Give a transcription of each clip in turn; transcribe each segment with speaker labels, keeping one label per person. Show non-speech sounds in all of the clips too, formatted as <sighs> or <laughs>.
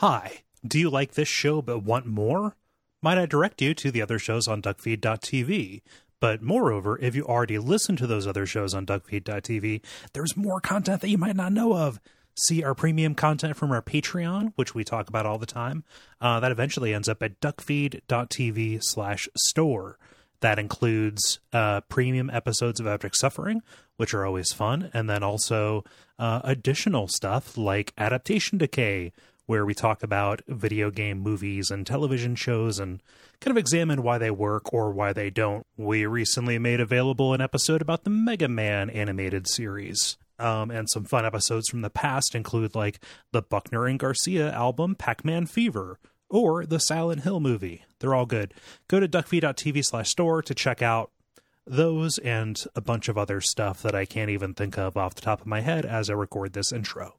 Speaker 1: Hi, do you like this show but want more? Might I direct you to the other shows on duckfeed.tv? But moreover, if you already listen to those other shows on duckfeed.tv, there's more content that you might not know of. See our premium content from our Patreon, which we talk about all the time. Uh, that eventually ends up at duckfeed.tv slash store. That includes uh, premium episodes of Abject Suffering, which are always fun, and then also uh, additional stuff like Adaptation Decay, where we talk about video game movies and television shows and kind of examine why they work or why they don't. We recently made available an episode about the Mega Man animated series. Um, and some fun episodes from the past include like the Buckner and Garcia album Pac Man Fever or the Silent Hill movie. They're all good. Go to duckfeed.tv slash store to check out those and a bunch of other stuff that I can't even think of off the top of my head as I record this intro.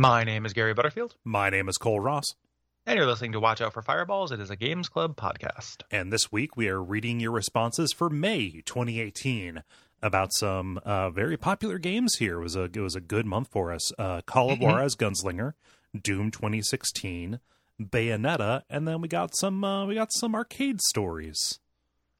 Speaker 2: My name is Gary Butterfield,
Speaker 1: My name is Cole Ross,
Speaker 2: and you're listening to Watch Out for Fireballs. It is a Games Club podcast.
Speaker 1: and this week we are reading your responses for May 2018 about some uh, very popular games. Here it was a it was a good month for us. Uh, Call of Juarez Gunslinger, Doom 2016, Bayonetta, and then we got some uh, we got some arcade stories. <laughs>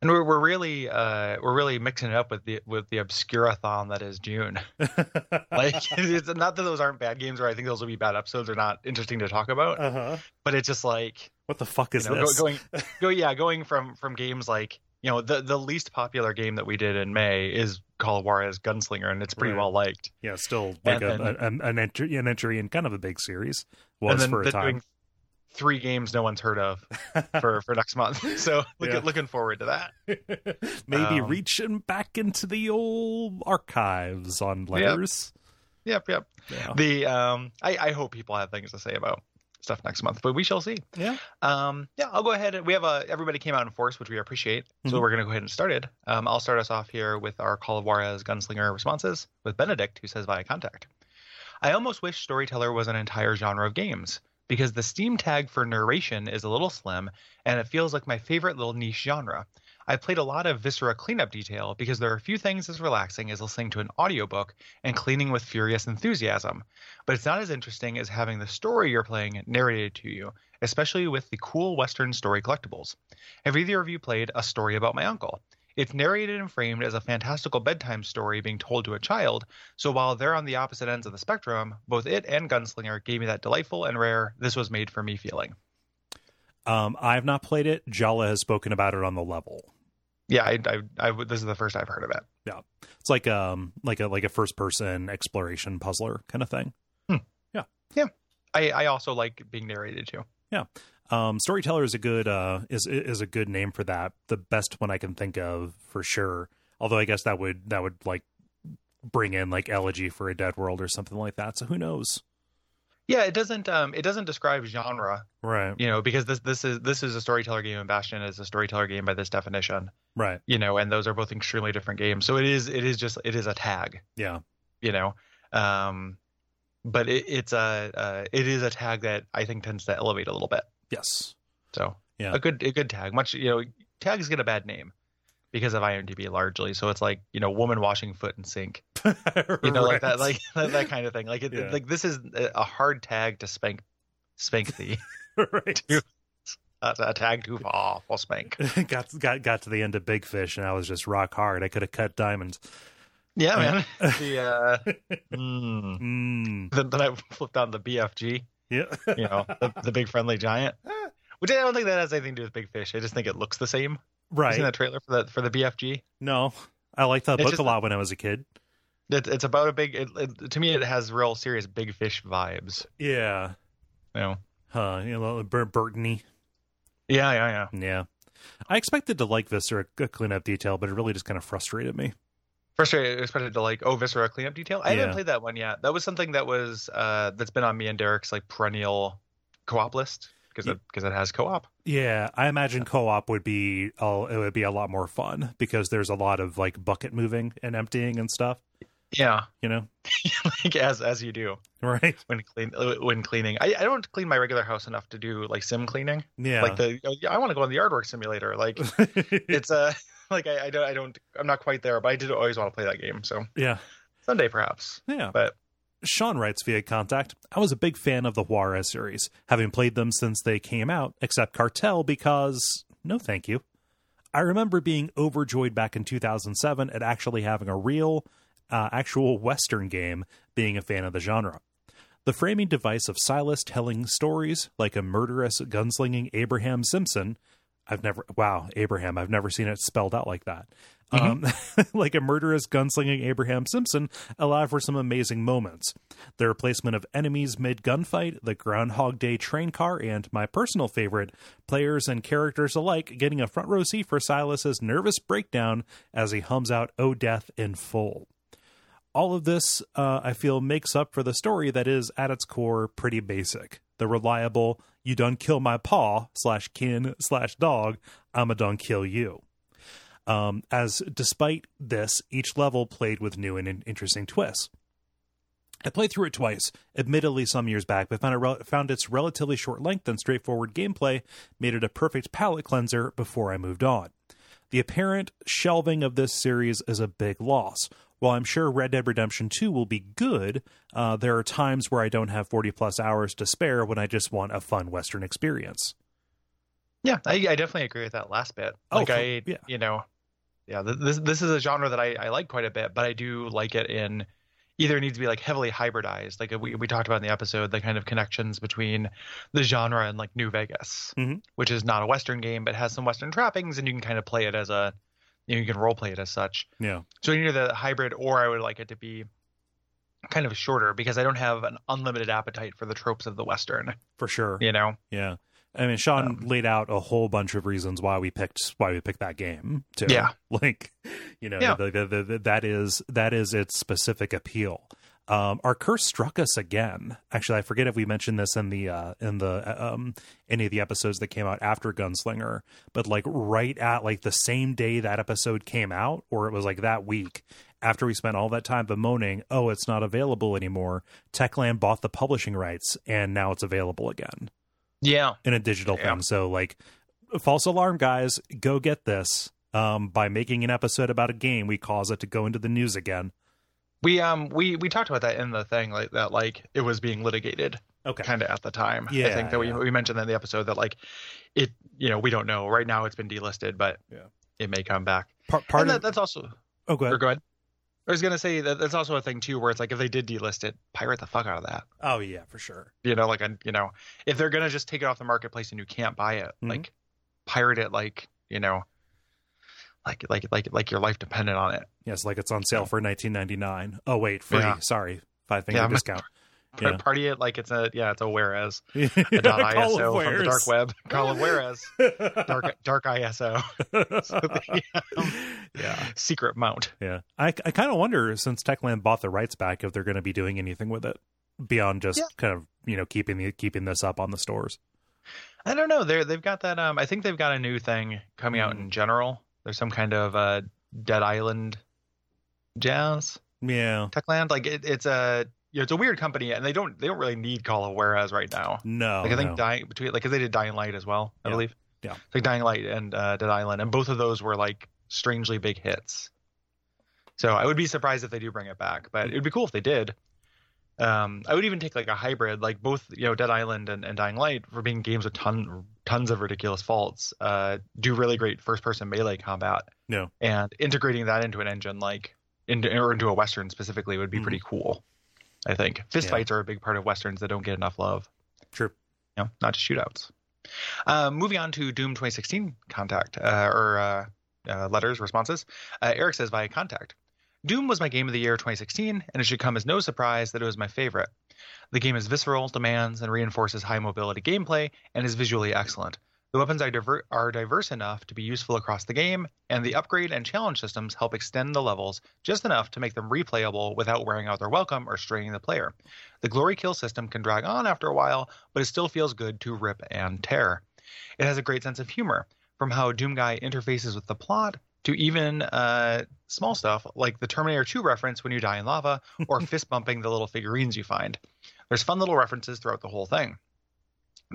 Speaker 2: And we're, we're really uh, we're really mixing it up with the with the obscurathon that
Speaker 1: <laughs>
Speaker 2: is June. Like it's not that those aren't bad games, or I think those will be bad episodes or not interesting to talk about.
Speaker 1: uh-huh.
Speaker 2: But it's just like
Speaker 1: What the fuck
Speaker 2: you
Speaker 1: is
Speaker 2: know, go,
Speaker 1: this?
Speaker 2: going
Speaker 1: <laughs>
Speaker 2: go yeah going from from games like you know the the least popular game that we did in May is Call of Juarez Gunslinger, and it's pretty
Speaker 1: Right.
Speaker 2: well liked.
Speaker 1: yeah, still like a,
Speaker 2: And then-
Speaker 1: a- an, an entry an entry in kind of a big series was
Speaker 2: and then
Speaker 1: for a
Speaker 2: they're
Speaker 1: time.
Speaker 2: doing three games no one's heard of for for next month. <laughs> So look,
Speaker 1: Yeah.
Speaker 2: looking forward to that.
Speaker 1: <laughs> Maybe
Speaker 2: um,
Speaker 1: reaching back into the old archives on letters.
Speaker 2: Yep, yep.
Speaker 1: Yeah.
Speaker 2: The um, I, I hope people have things to say about stuff next month, but we shall see.
Speaker 1: Yeah.
Speaker 2: Um, yeah, I'll go ahead. and We have a everybody came out in force, which we appreciate. So
Speaker 1: Mhm.
Speaker 2: we're gonna go ahead and start it. Um, I'll start us off here with our Call of Juarez gunslinger responses with Benedict, who says via contact. I almost wish Storyteller was an entire genre of games because the Steam tag for narration is a little slim, and it feels like my favorite little niche genre. I played a lot of Viscera cleanup detail because there are few things as relaxing as listening to an audiobook and cleaning with furious enthusiasm, but it's not as interesting as having the story you're playing narrated to you, especially with the cool Western story collectibles. Have either of you played A Story About My Uncle? It's narrated and framed as a fantastical bedtime story being told to a child, so while they're on the opposite ends of the spectrum, both it and Gunslinger gave me that delightful and rare, this was made for me feeling.
Speaker 1: Um, I've not played it. Jala has spoken about it on the level.
Speaker 2: Yeah, I, I, I would- this is the first I've heard of it.
Speaker 1: It's like um like a like a first person exploration puzzler kind of thing.
Speaker 2: I, I also like being narrated to.
Speaker 1: Um, storyteller is a good uh is is a good name for that. The best one I can think of for sure. Although I guess that would that would like bring in like elegy for a dead world or something like that. So who knows?
Speaker 2: Yeah, it doesn't um it doesn't describe genre,
Speaker 1: Right.
Speaker 2: you know, because this this is this is a storyteller game and Bastion is a storyteller game by this definition,
Speaker 1: Right.
Speaker 2: you know, and those are both extremely different games. So it is it is just it is a tag,
Speaker 1: Yeah.
Speaker 2: you know, um, but it, it's a uh, it is a tag that I think tends to elevate a little bit.
Speaker 1: Yes.
Speaker 2: So
Speaker 1: Yeah.
Speaker 2: a good a good tag. Much you know, tags get a bad name because of IMDb largely. So it's like you know, woman washing foot in sink, you know, like that like <laughs> that, that kind of thing. Like it,
Speaker 1: Yeah.
Speaker 2: like this is a a hard tag to spank spank the
Speaker 1: <laughs>
Speaker 2: <laughs>
Speaker 1: right. <laughs>
Speaker 2: a, a tag too far for spank.
Speaker 1: got got got to the end of Big Fish and I was just rock hard. I could have cut diamonds.
Speaker 2: Yeah, man. <laughs> The uh,
Speaker 1: <laughs>
Speaker 2: mm.
Speaker 1: Mm.
Speaker 2: then, then I flipped on the BFG.
Speaker 1: Yeah. <laughs>
Speaker 2: you know, the, the big friendly giant. Which I don't think that has anything to do with Big Fish. I just think it looks the same. You
Speaker 1: right.
Speaker 2: seen that trailer for the for the BFG?
Speaker 1: No, I liked that
Speaker 2: It's
Speaker 1: book
Speaker 2: just-
Speaker 1: a lot when I was a kid.
Speaker 2: It, it's about a big. It, it, to me, it has real serious Big Fish vibes.
Speaker 1: Yeah.
Speaker 2: You know?
Speaker 1: Huh. You know, Bur- Burtony.
Speaker 2: Yeah, yeah, yeah.
Speaker 1: Yeah. I expected to like Viscera Cleanup Detail, but it really just kind of frustrated me.
Speaker 2: First, I expected to like, oh, viscera cleanup detail. I
Speaker 1: Yeah.
Speaker 2: haven't played that one yet. That was something that was uh, that's been on me and Derek's like perennial co-op list because
Speaker 1: Ye-
Speaker 2: because it has co-op.
Speaker 1: Yeah, I imagine co-op would be oh, it would be a lot more fun because there's a lot of like bucket moving and emptying and stuff,
Speaker 2: Yeah,
Speaker 1: you know.
Speaker 2: <laughs> like as as you do
Speaker 1: Right?
Speaker 2: when clean when cleaning. I, I don't clean my regular house enough to do like sim cleaning.
Speaker 1: Yeah.
Speaker 2: Like the oh, yeah, I want to go on the yard work simulator. Like it's uh, <laughs> like I, I don't I don't I'm not quite there, but I did always want to play that game. So
Speaker 1: <laughs> yeah.
Speaker 2: someday perhaps.
Speaker 1: Yeah.
Speaker 2: But-
Speaker 1: Sean writes via contact I was a big fan of the Juarez series, having played them since they came out, except Cartel, because no thank you. I remember being overjoyed back in 2007 at actually having a real, uh, actual Western game being a fan of the genre. The framing device of Silas telling stories like a murderous, gunslinging Abraham Simpson. I've never, wow, Abraham, I've never seen it spelled out like that. Um, <laughs> like a murderous, gunslinging Abraham Simpson, allowed for some amazing moments. The replacement of enemies mid gunfight, the Groundhog Day train car, and my personal favorite, players and characters alike getting a front row seat for Silas's nervous breakdown as he hums out Oh Death in full all of this, uh, I feel, makes up for the story that is, at its core, pretty basic. The reliable, you done kill my paw, slash kin, slash dog, I'm a done kill you. Um, as despite this, each level played with new and in- interesting twists. I played through it twice, admittedly some years back, but found, it rel- found its relatively short length and straightforward gameplay made it a perfect palate cleanser before I moved on. The apparent shelving of this series is a big loss. While I'm sure Red Dead Redemption 2 will be good, uh, there are times where I don't have 40 plus hours to spare when I just want a fun Western experience.
Speaker 2: Yeah, I, I definitely agree with that last bit.
Speaker 1: Oh,
Speaker 2: Like
Speaker 1: for-
Speaker 2: I,
Speaker 1: yeah.
Speaker 2: you know, yeah, th- this this is a genre that I, I like quite a bit, but I do like it in either it needs to be like heavily hybridized, like we we talked about in the episode, the kind of connections between the genre and like New Vegas,
Speaker 1: Mhm.
Speaker 2: which is not a Western game but has some Western trappings, and you can kind of play it as a, you know, you can role play it as such.
Speaker 1: Yeah.
Speaker 2: So either the hybrid, or I would like it to be kind of shorter because I don't have an unlimited appetite for the tropes of the Western,
Speaker 1: For sure.
Speaker 2: you know.
Speaker 1: Yeah. I mean, Sean
Speaker 2: Um,
Speaker 1: laid out a whole bunch of reasons why we picked why we picked that game too.
Speaker 2: Yeah.
Speaker 1: <laughs> like you know,
Speaker 2: Yeah.
Speaker 1: the, the, the, the- that is that is its specific appeal. Um, our curse struck us again. Actually, I forget if we mentioned this in the uh, in the uh, um, any of the episodes that came out after Gunslinger, but like right at like the same day that episode came out, or it was like that week after we spent all that time bemoaning, oh, it's not available anymore. Techland bought the publishing rights, and now it's available again
Speaker 2: Yeah.
Speaker 1: in a digital
Speaker 2: Yeah.
Speaker 1: thing. So like false alarm guys, go get this. Um, by making an episode about a game, we cause it to go into the news again.
Speaker 2: we um we we talked about that in the thing like that like it was being litigated
Speaker 1: Okay.
Speaker 2: kind of at the time i
Speaker 1: Yeah,
Speaker 2: think that
Speaker 1: yeah.
Speaker 2: we, we mentioned that in the episode that like it you know we don't know right now it's been delisted but
Speaker 1: Yeah.
Speaker 2: it may come back
Speaker 1: Part,
Speaker 2: part
Speaker 1: part
Speaker 2: and
Speaker 1: of
Speaker 2: that, that's also
Speaker 1: oh, go
Speaker 2: or
Speaker 1: ahead.
Speaker 2: go ahead i was gonna say that that's also a thing too where it's like if they did delist it pirate the fuck out of that
Speaker 1: oh yeah, for sure.
Speaker 2: you know like and you know if they're gonna just take it off the marketplace and you can't buy it
Speaker 1: Mhm.
Speaker 2: like pirate it like you know like like like like your life depended on it
Speaker 1: Yes, like it's on sale for 19.99. Oh wait, free.
Speaker 2: Yeah.
Speaker 1: Sorry, five finger
Speaker 2: Yeah, I'm- <laughs>
Speaker 1: discount.
Speaker 2: Par-
Speaker 1: Yeah.
Speaker 2: party it like it's a yeah it's a whereas
Speaker 1: <laughs> A
Speaker 2: dot ISO from the dark web.
Speaker 1: <laughs>
Speaker 2: Call it whereas
Speaker 1: web.
Speaker 2: dark dark <laughs> ISO
Speaker 1: <laughs> yeah,
Speaker 2: secret mount.
Speaker 1: yeah. I, I kind of wonder since Techland bought the rights back if they're going to be doing anything with it beyond just
Speaker 2: Yeah.
Speaker 1: kind of you know keeping the keeping this up on the stores.
Speaker 2: I don't know. They they've got that. Um, I think they've got a new thing coming out
Speaker 1: Mm.
Speaker 2: in general. There's some kind of uh Dead Island jazz
Speaker 1: Yeah.
Speaker 2: Techland. Like it, it's a you know, it's a weird company, and they don't they don't really need Call it whereas right now.
Speaker 1: No.
Speaker 2: Like I think
Speaker 1: Oh, no.
Speaker 2: dying between like 'cause they did Dying Light as well, I
Speaker 1: Yeah.
Speaker 2: believe.
Speaker 1: Yeah.
Speaker 2: Like Dying Light and uh, Dead Island, and both of those were like strangely big hits. So I would be surprised if they do bring it back, but it would be cool if they did. Um, I would even take like a hybrid, like both you know Dead Island and, and Dying Light for being games with ton tons of ridiculous faults. Uh, do really great first person melee combat.
Speaker 1: Yeah.
Speaker 2: And integrating that into an engine like into or into a western specifically would be
Speaker 1: Mhm.
Speaker 2: pretty cool. I think fist
Speaker 1: Yeah.
Speaker 2: fights are a big part of westerns that don't get enough love
Speaker 1: True.
Speaker 2: you know, not just shootouts. Uh, moving on to Doom 2016 contact uh, or uh, uh, letters responses. Uh, Eric says via contact. Doom was my game of the year 2016, and it should come as no surprise that it was my favorite. The game is visceral, demands, and reinforces high mobility gameplay, and is visually excellent. The weapons are, diver- are diverse enough to be useful across the game, and the upgrade and challenge systems help extend the levels just enough to make them replayable without wearing out their welcome or straining the player. The glory kill system can drag on after a while, but it still feels good to rip and tear. It has a great sense of humor, from how Doomguy interfaces with the plot to even uh, small stuff like the Terminator 2 reference when you die in lava or fist bumping the little figurines you find. There's fun little references throughout the whole thing.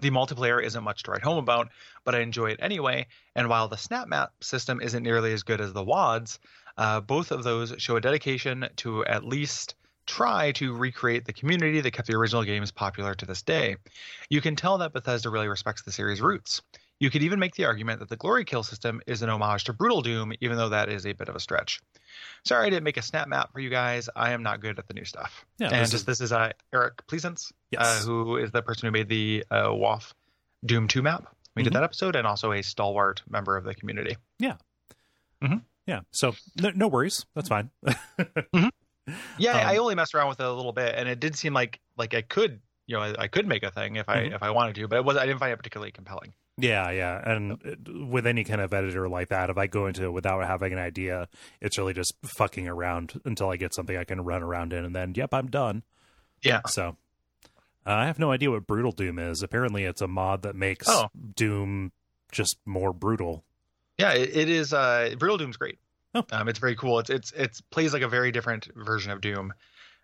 Speaker 2: The multiplayer isn't much to write home about, but I enjoy it anyway. And while the snap map system isn't nearly as good as the WADs, uh, both of those show a dedication to at least try to recreate the community that kept the original games popular to this day. You can tell that Bethesda really respects the series' roots. You could even make the argument that the glory kill system is an homage to Brutal Doom, even though that is a bit of a stretch. Sorry I didn't make a snap map for you guys. I am not good at the new stuff.
Speaker 1: Yeah,
Speaker 2: and
Speaker 1: this
Speaker 2: just,
Speaker 1: is-
Speaker 2: this is uh, Eric Pleasance, uh,
Speaker 1: Yes.
Speaker 2: who is the person who made the uh, WAF Doom 2 map. We
Speaker 1: Mhm.
Speaker 2: did that episode, and also a stalwart member of the community.
Speaker 1: Yeah. So no, no worries. That's fine.
Speaker 2: Yeah,
Speaker 1: Um,
Speaker 2: I only messed around with it a little bit, and it did seem like like I could, you know, I, I could make a thing if I
Speaker 1: Mhm.
Speaker 2: if I wanted to, but it was I didn't find it particularly compelling.
Speaker 1: Yeah, yeah. And uh, with any kind of editor like that, if I go into it without having an idea, it's really just fucking around until I get something I can run around in, and then, yep, I'm done.
Speaker 2: Yeah.
Speaker 1: So uh, I have no idea what Brutal Doom is. Apparently, it's a mod that makes
Speaker 2: Oh.
Speaker 1: Doom just more brutal.
Speaker 2: Yeah, it, it is. Uh, Brutal Doom's great.
Speaker 1: Oh.
Speaker 2: Um, it's very cool. It's it's it's plays like a very different version of Doom.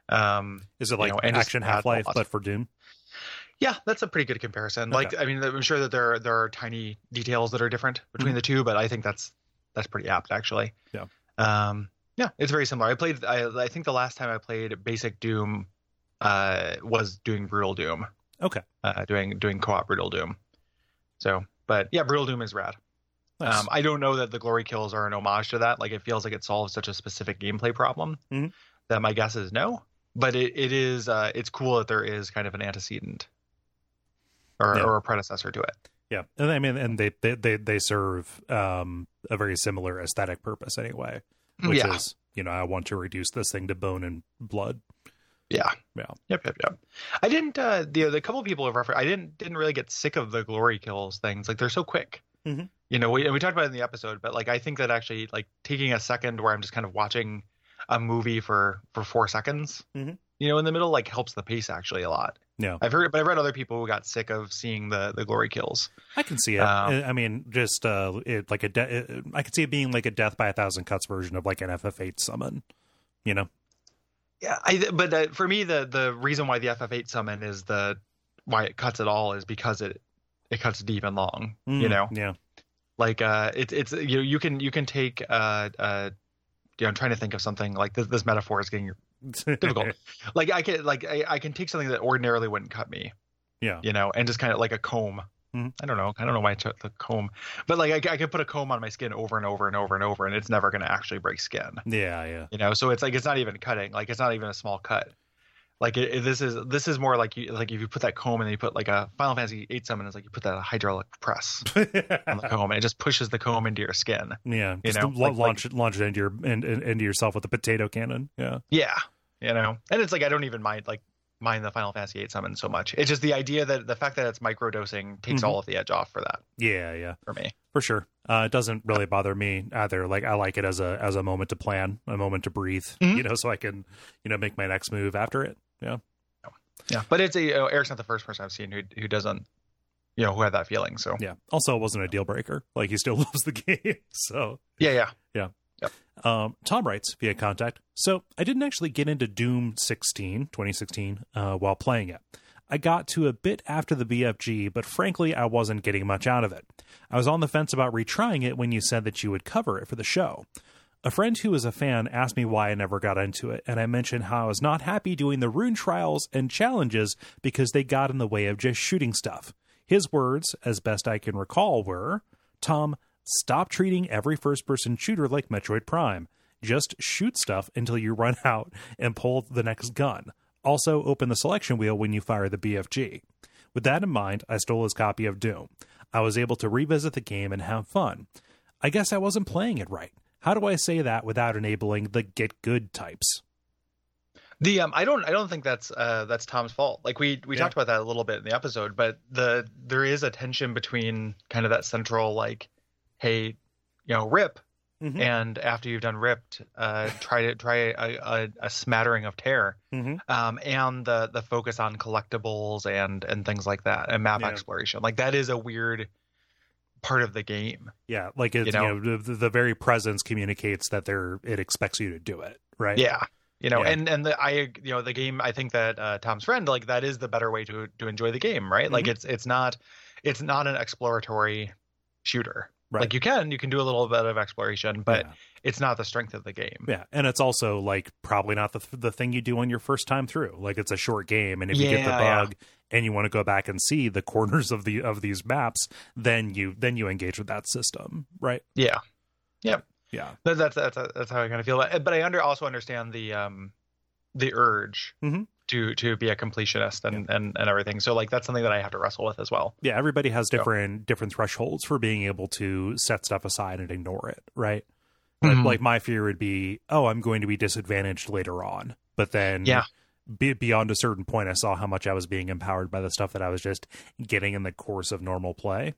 Speaker 2: Um,
Speaker 1: Is it
Speaker 2: You
Speaker 1: like
Speaker 2: know, and just
Speaker 1: Action
Speaker 2: add
Speaker 1: Half Life,
Speaker 2: robots.
Speaker 1: but for Doom?
Speaker 2: yeah, that's a pretty good comparison.
Speaker 1: Okay.
Speaker 2: Like, I mean, I'm sure that there are, there are tiny details that are different between the two, but I think that's that's pretty apt actually.
Speaker 1: Mm-hmm. Yeah.
Speaker 2: Um, yeah, it's very similar. I played. I I think the last time I played Basic Doom, uh, was doing Brutal Doom.
Speaker 1: Okay.
Speaker 2: Uh, doing doing co-op Brutal Doom. So, but yeah, Brutal Doom is rad.
Speaker 1: Nice.
Speaker 2: Um, I don't know that the glory kills are an homage to that. Like it feels like it solves such a specific gameplay problem
Speaker 1: Mhm.
Speaker 2: that my guess is no. But it, it is uh, it's cool that there is kind of an antecedent or,
Speaker 1: Yeah.
Speaker 2: or a predecessor to it.
Speaker 1: yeah. And I mean, and they, they, they, they serve um, a very similar aesthetic purpose anyway, which
Speaker 2: yeah.
Speaker 1: is, you know, I want to reduce this thing to bone and blood.
Speaker 2: yeah.
Speaker 1: Yeah.
Speaker 2: Yep. Yep. Yep. I didn't. Uh, the the couple people have referenced. I didn't didn't really get sick of the glory kills things. Like they're so quick.
Speaker 1: Mhm.
Speaker 2: You know, we and we talked about it in the episode, but like I think that actually like taking a second where I'm just kind of watching a movie for for four seconds.
Speaker 1: Mhm.
Speaker 2: You know, in the middle, like helps the pace actually a lot.
Speaker 1: Yeah.
Speaker 2: I've heard, but I've read other people who got sick of seeing the the glory kills.
Speaker 1: I can see it.
Speaker 2: Um,
Speaker 1: I I mean, just uh, it, like a de- I could see it being like a death by a thousand cuts version of like an FF8 summon. You know,
Speaker 2: Yeah, I, but uh, for me, the the reason why the FF8 summon is the why it cuts at all is because it it cuts deep and long. You
Speaker 1: Mm,
Speaker 2: know,
Speaker 1: yeah,
Speaker 2: like uh it's it's you know, you can you can take uh uh you know, I'm trying to think of something like this this metaphor is getting
Speaker 1: <laughs>
Speaker 2: difficult like I can like I, I can take something that ordinarily wouldn't cut me
Speaker 1: yeah,
Speaker 2: you know and just kind of like a comb
Speaker 1: Mhm.
Speaker 2: I don't know I don't know why I took the comb but like I, c- I could put a comb on my skin over and over and over and over and it's never going to actually break skin
Speaker 1: yeah, yeah.
Speaker 2: you know so it's like it's not even cutting like it's not even a small cut like it, it- this is this is more like you like if you put that comb and then you put like a Final Fantasy 8 summon it's like you put that hydraulic press <laughs> on the comb and it just pushes the comb into your skin
Speaker 1: yeah, just
Speaker 2: Um, know,
Speaker 1: la-
Speaker 2: like-
Speaker 1: launch it, launch it into your in, in- into yourself with a potato cannon. Yeah,
Speaker 2: Yeah, you know, and it's like I don't even mind like mind the Final Fantasy VIII summon so much. It's just the idea that the fact that it's microdosing takes
Speaker 1: Mhm.
Speaker 2: all of the edge off for that
Speaker 1: yeah, yeah,
Speaker 2: for me.
Speaker 1: for sure. Uh, it doesn't really bother me either. Like I like it as a as a moment to plan, a moment to breathe.
Speaker 2: Mhm.
Speaker 1: You know, so I can you know make my next move after it. Yeah,
Speaker 2: Yeah, but it's a you know, Eric's not the first person I've seen who who doesn't, you know, who had that feeling. So
Speaker 1: yeah. Also, it wasn't a deal breaker. Like he still <laughs> loves the game, so
Speaker 2: yeah, yeah,
Speaker 1: Um, Tom writes via contact So I didn't actually get into Doom 16, 2016, uh, while playing it. I got to a bit after the BFG, but frankly, I wasn't getting much out of it. I was on the fence about retrying it when you said that you would cover it for the show. A friend who is a fan asked me why I never got into it, and I mentioned how I was not happy doing the rune trials and challenges because they got in the way of just shooting stuff. His words, as best I can recall, were Tom, stop treating every first person shooter like Metroid Prime. Just shoot stuff until you run <laughs> out and pull the next gun. Also, open the selection wheel when you fire the BFG. With that in mind, I stole his copy of Doom. I was able to revisit the game and have fun. I guess I wasn't playing it right. How do I say that without enabling the get good types?
Speaker 2: The um, I don't I don't think that's uh that's Tom's fault. Like we we
Speaker 1: Yeah.
Speaker 2: talked about that a little bit in the episode, but the there is a tension between kind of that central like, hey, you know, rip,
Speaker 1: Mhm.
Speaker 2: and after you've done ripped, uh, try to try a, a, a smattering of tear,
Speaker 1: Mm-hmm.
Speaker 2: um, and the the focus on collectibles and and things like that, and map
Speaker 1: Yeah.
Speaker 2: exploration. Like that is a weird part of the game.
Speaker 1: Yeah, like it's, you
Speaker 2: You
Speaker 1: know,
Speaker 2: know?
Speaker 1: the, the very presence communicates that they're it expects you to do it, right?
Speaker 2: yeah you know
Speaker 1: Yeah.
Speaker 2: and and the i you know the game i think that uh, tom's friend like that is the better way to to enjoy the game right like
Speaker 1: Mhm.
Speaker 2: it's it's not it's not an exploratory shooter
Speaker 1: Right.
Speaker 2: like you can you can do a little bit of exploration but
Speaker 1: yeah.
Speaker 2: it's not the strength of the game
Speaker 1: Yeah. and it's also like probably not the the thing you do on your first time through. Like it's a short game, and if you get the
Speaker 2: Yeah, yeah.
Speaker 1: bug and you want to go back and see the corners of the of these maps, then you then you engage with that system, right?
Speaker 2: yeah Yep.
Speaker 1: Yeah.
Speaker 2: That- that's that's that's how i kind of feel about it. but i under also understand the um the urge
Speaker 1: Mhm.
Speaker 2: to to be a completionist and, and and everything so like that's something that i have to wrestle with as well
Speaker 1: Yeah, everybody has
Speaker 2: Yeah.
Speaker 1: different different thresholds for being able to set stuff aside and ignore it, right? Mm-hmm. Like,
Speaker 2: Mhm.
Speaker 1: like my fear would be, oh, I'm going to be disadvantaged later on, but then
Speaker 2: Yeah.
Speaker 1: be, beyond a certain point, I saw how much I was being empowered by the stuff that I was just getting in the course of normal play.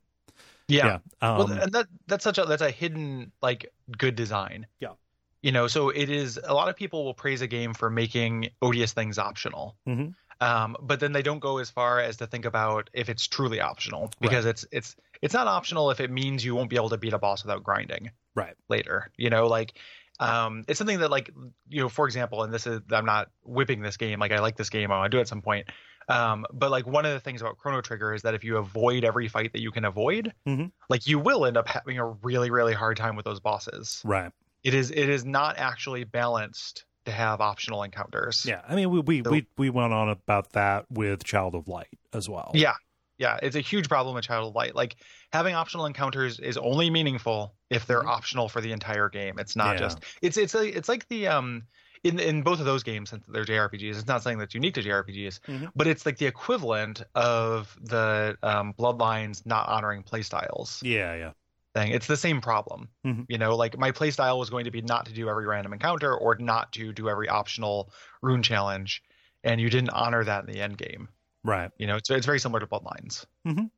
Speaker 2: yeah.
Speaker 1: Um,
Speaker 2: well, and that that's such a that's a hidden like good design.
Speaker 1: Yeah.
Speaker 2: You know, so it is. A lot of people will praise a game for making odious things optional,
Speaker 1: Mhm.
Speaker 2: um, but then they don't go as far as to think about if it's truly optional because it's it's it's not optional if it means you won't be able to beat a boss without grinding.
Speaker 1: Right.
Speaker 2: Later, you know, like um, it's something that like you know, for example, and this is I'm not whipping this game. Like I like this game. I want to do it at some point. Um, but like one of the things about Chrono Trigger is that if you avoid every fight that you can avoid,
Speaker 1: Mhm.
Speaker 2: like you will end up having a really really hard time with those bosses.
Speaker 1: right.
Speaker 2: It is it is not actually balanced to have optional encounters.
Speaker 1: Yeah. I mean, we we,
Speaker 2: So-
Speaker 1: we we went on about that with Child of Light as well.
Speaker 2: Yeah. Yeah, it's a huge problem in Child of Light. Like having optional encounters is only meaningful if they're
Speaker 1: Mhm.
Speaker 2: optional for the entire game. It's not
Speaker 1: Yeah.
Speaker 2: just it's it's a, it's like the um in in both of those games since they're JRPGs. It's not something that's unique to JRPGs,
Speaker 1: Mhm.
Speaker 2: but it's like the equivalent of the um, Bloodlines not honoring playstyles
Speaker 1: Yeah. Yeah.
Speaker 2: thing. It's the same problem.
Speaker 1: Mhm.
Speaker 2: You know, like my playstyle was going to be not to do every random encounter or not to do every optional rune challenge, and you didn't honor that in the end game.
Speaker 1: Right.
Speaker 2: You know, it's it's very similar to Bloodlines.
Speaker 1: Mhm.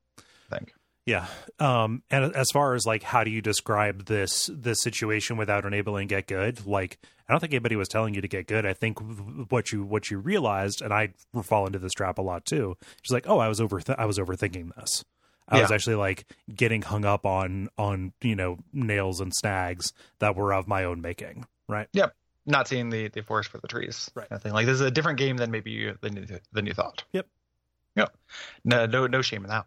Speaker 2: I think.
Speaker 1: Yeah. Um and as far as like how do you describe this this situation without enabling get good? Like I don't think anybody was telling you to get good. I think w- what you what you realized and I fall into this trap a lot too. She's like, "Oh, I was over I was overthinking this." I was actually like getting hung up on on, you know, nails and snags that were of my own making, right?
Speaker 2: Not seeing the the forest for the trees.
Speaker 1: Right.
Speaker 2: Kind of thing. Like this is a different game than maybe you, than you, than you thought.
Speaker 1: Yep.
Speaker 2: Yeah. No no no shame in that.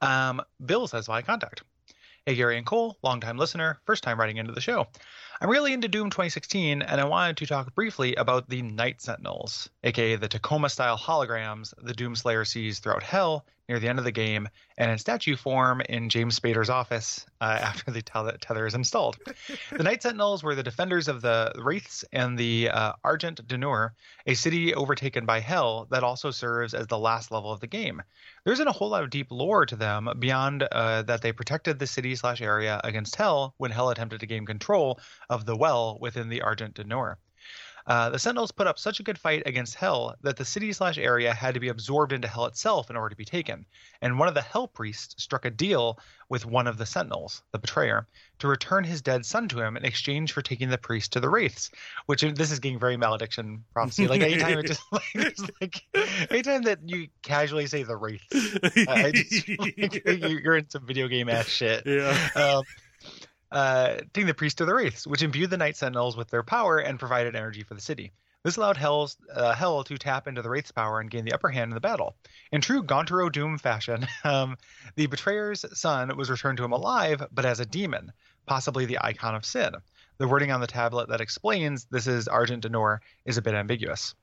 Speaker 2: Um, Bill says via contact. Hey Gary and Cole, longtime listener, first time writing into the show. I'm really into Doom 2016, and I wanted to talk briefly about the Night Sentinels, aka the Tacoma-style holograms the Doom Slayer sees throughout Hell near the end of the game, and in statue form in James Spader's office uh, <laughs> after the teth- tether is installed. the Night Sentinels were the defenders of the Wraiths and the uh, Argent Denur, a city overtaken by Hell that also serves as the last level of the game. There isn't a whole lot of deep lore to them beyond uh, that they protected the city slash area against Hell when Hell attempted to gain control of the well within the Argent Denor. Uh, the Sentinels put up such a good fight against Hell that the city slash area had to be absorbed into Hell itself in order to be taken. And one of the Hell priests struck a deal with one of the Sentinels, the Betrayer, to return his dead son to him in exchange for taking the priest to the Wraiths. Which this is getting very malediction prophecy. Like anytime it just <laughs> like, it's like anytime that you casually say the Wraiths,
Speaker 1: <laughs>
Speaker 2: <laughs> I just, like, you- you're in some video game ass shit
Speaker 1: yeah.
Speaker 2: um, uh, taking the priest to the wraiths, which imbued the night sentinels with their power and provided energy for the city. This allowed Hell's, uh, Hell to tap into the Wraith's power and gain the upper hand in the battle. In true Gontaro Doom fashion, <laughs> um, the Betrayer's son was returned to him alive, but as a demon, possibly the icon of sin. The wording on the tablet that explains this is Argent Denor is a bit ambiguous.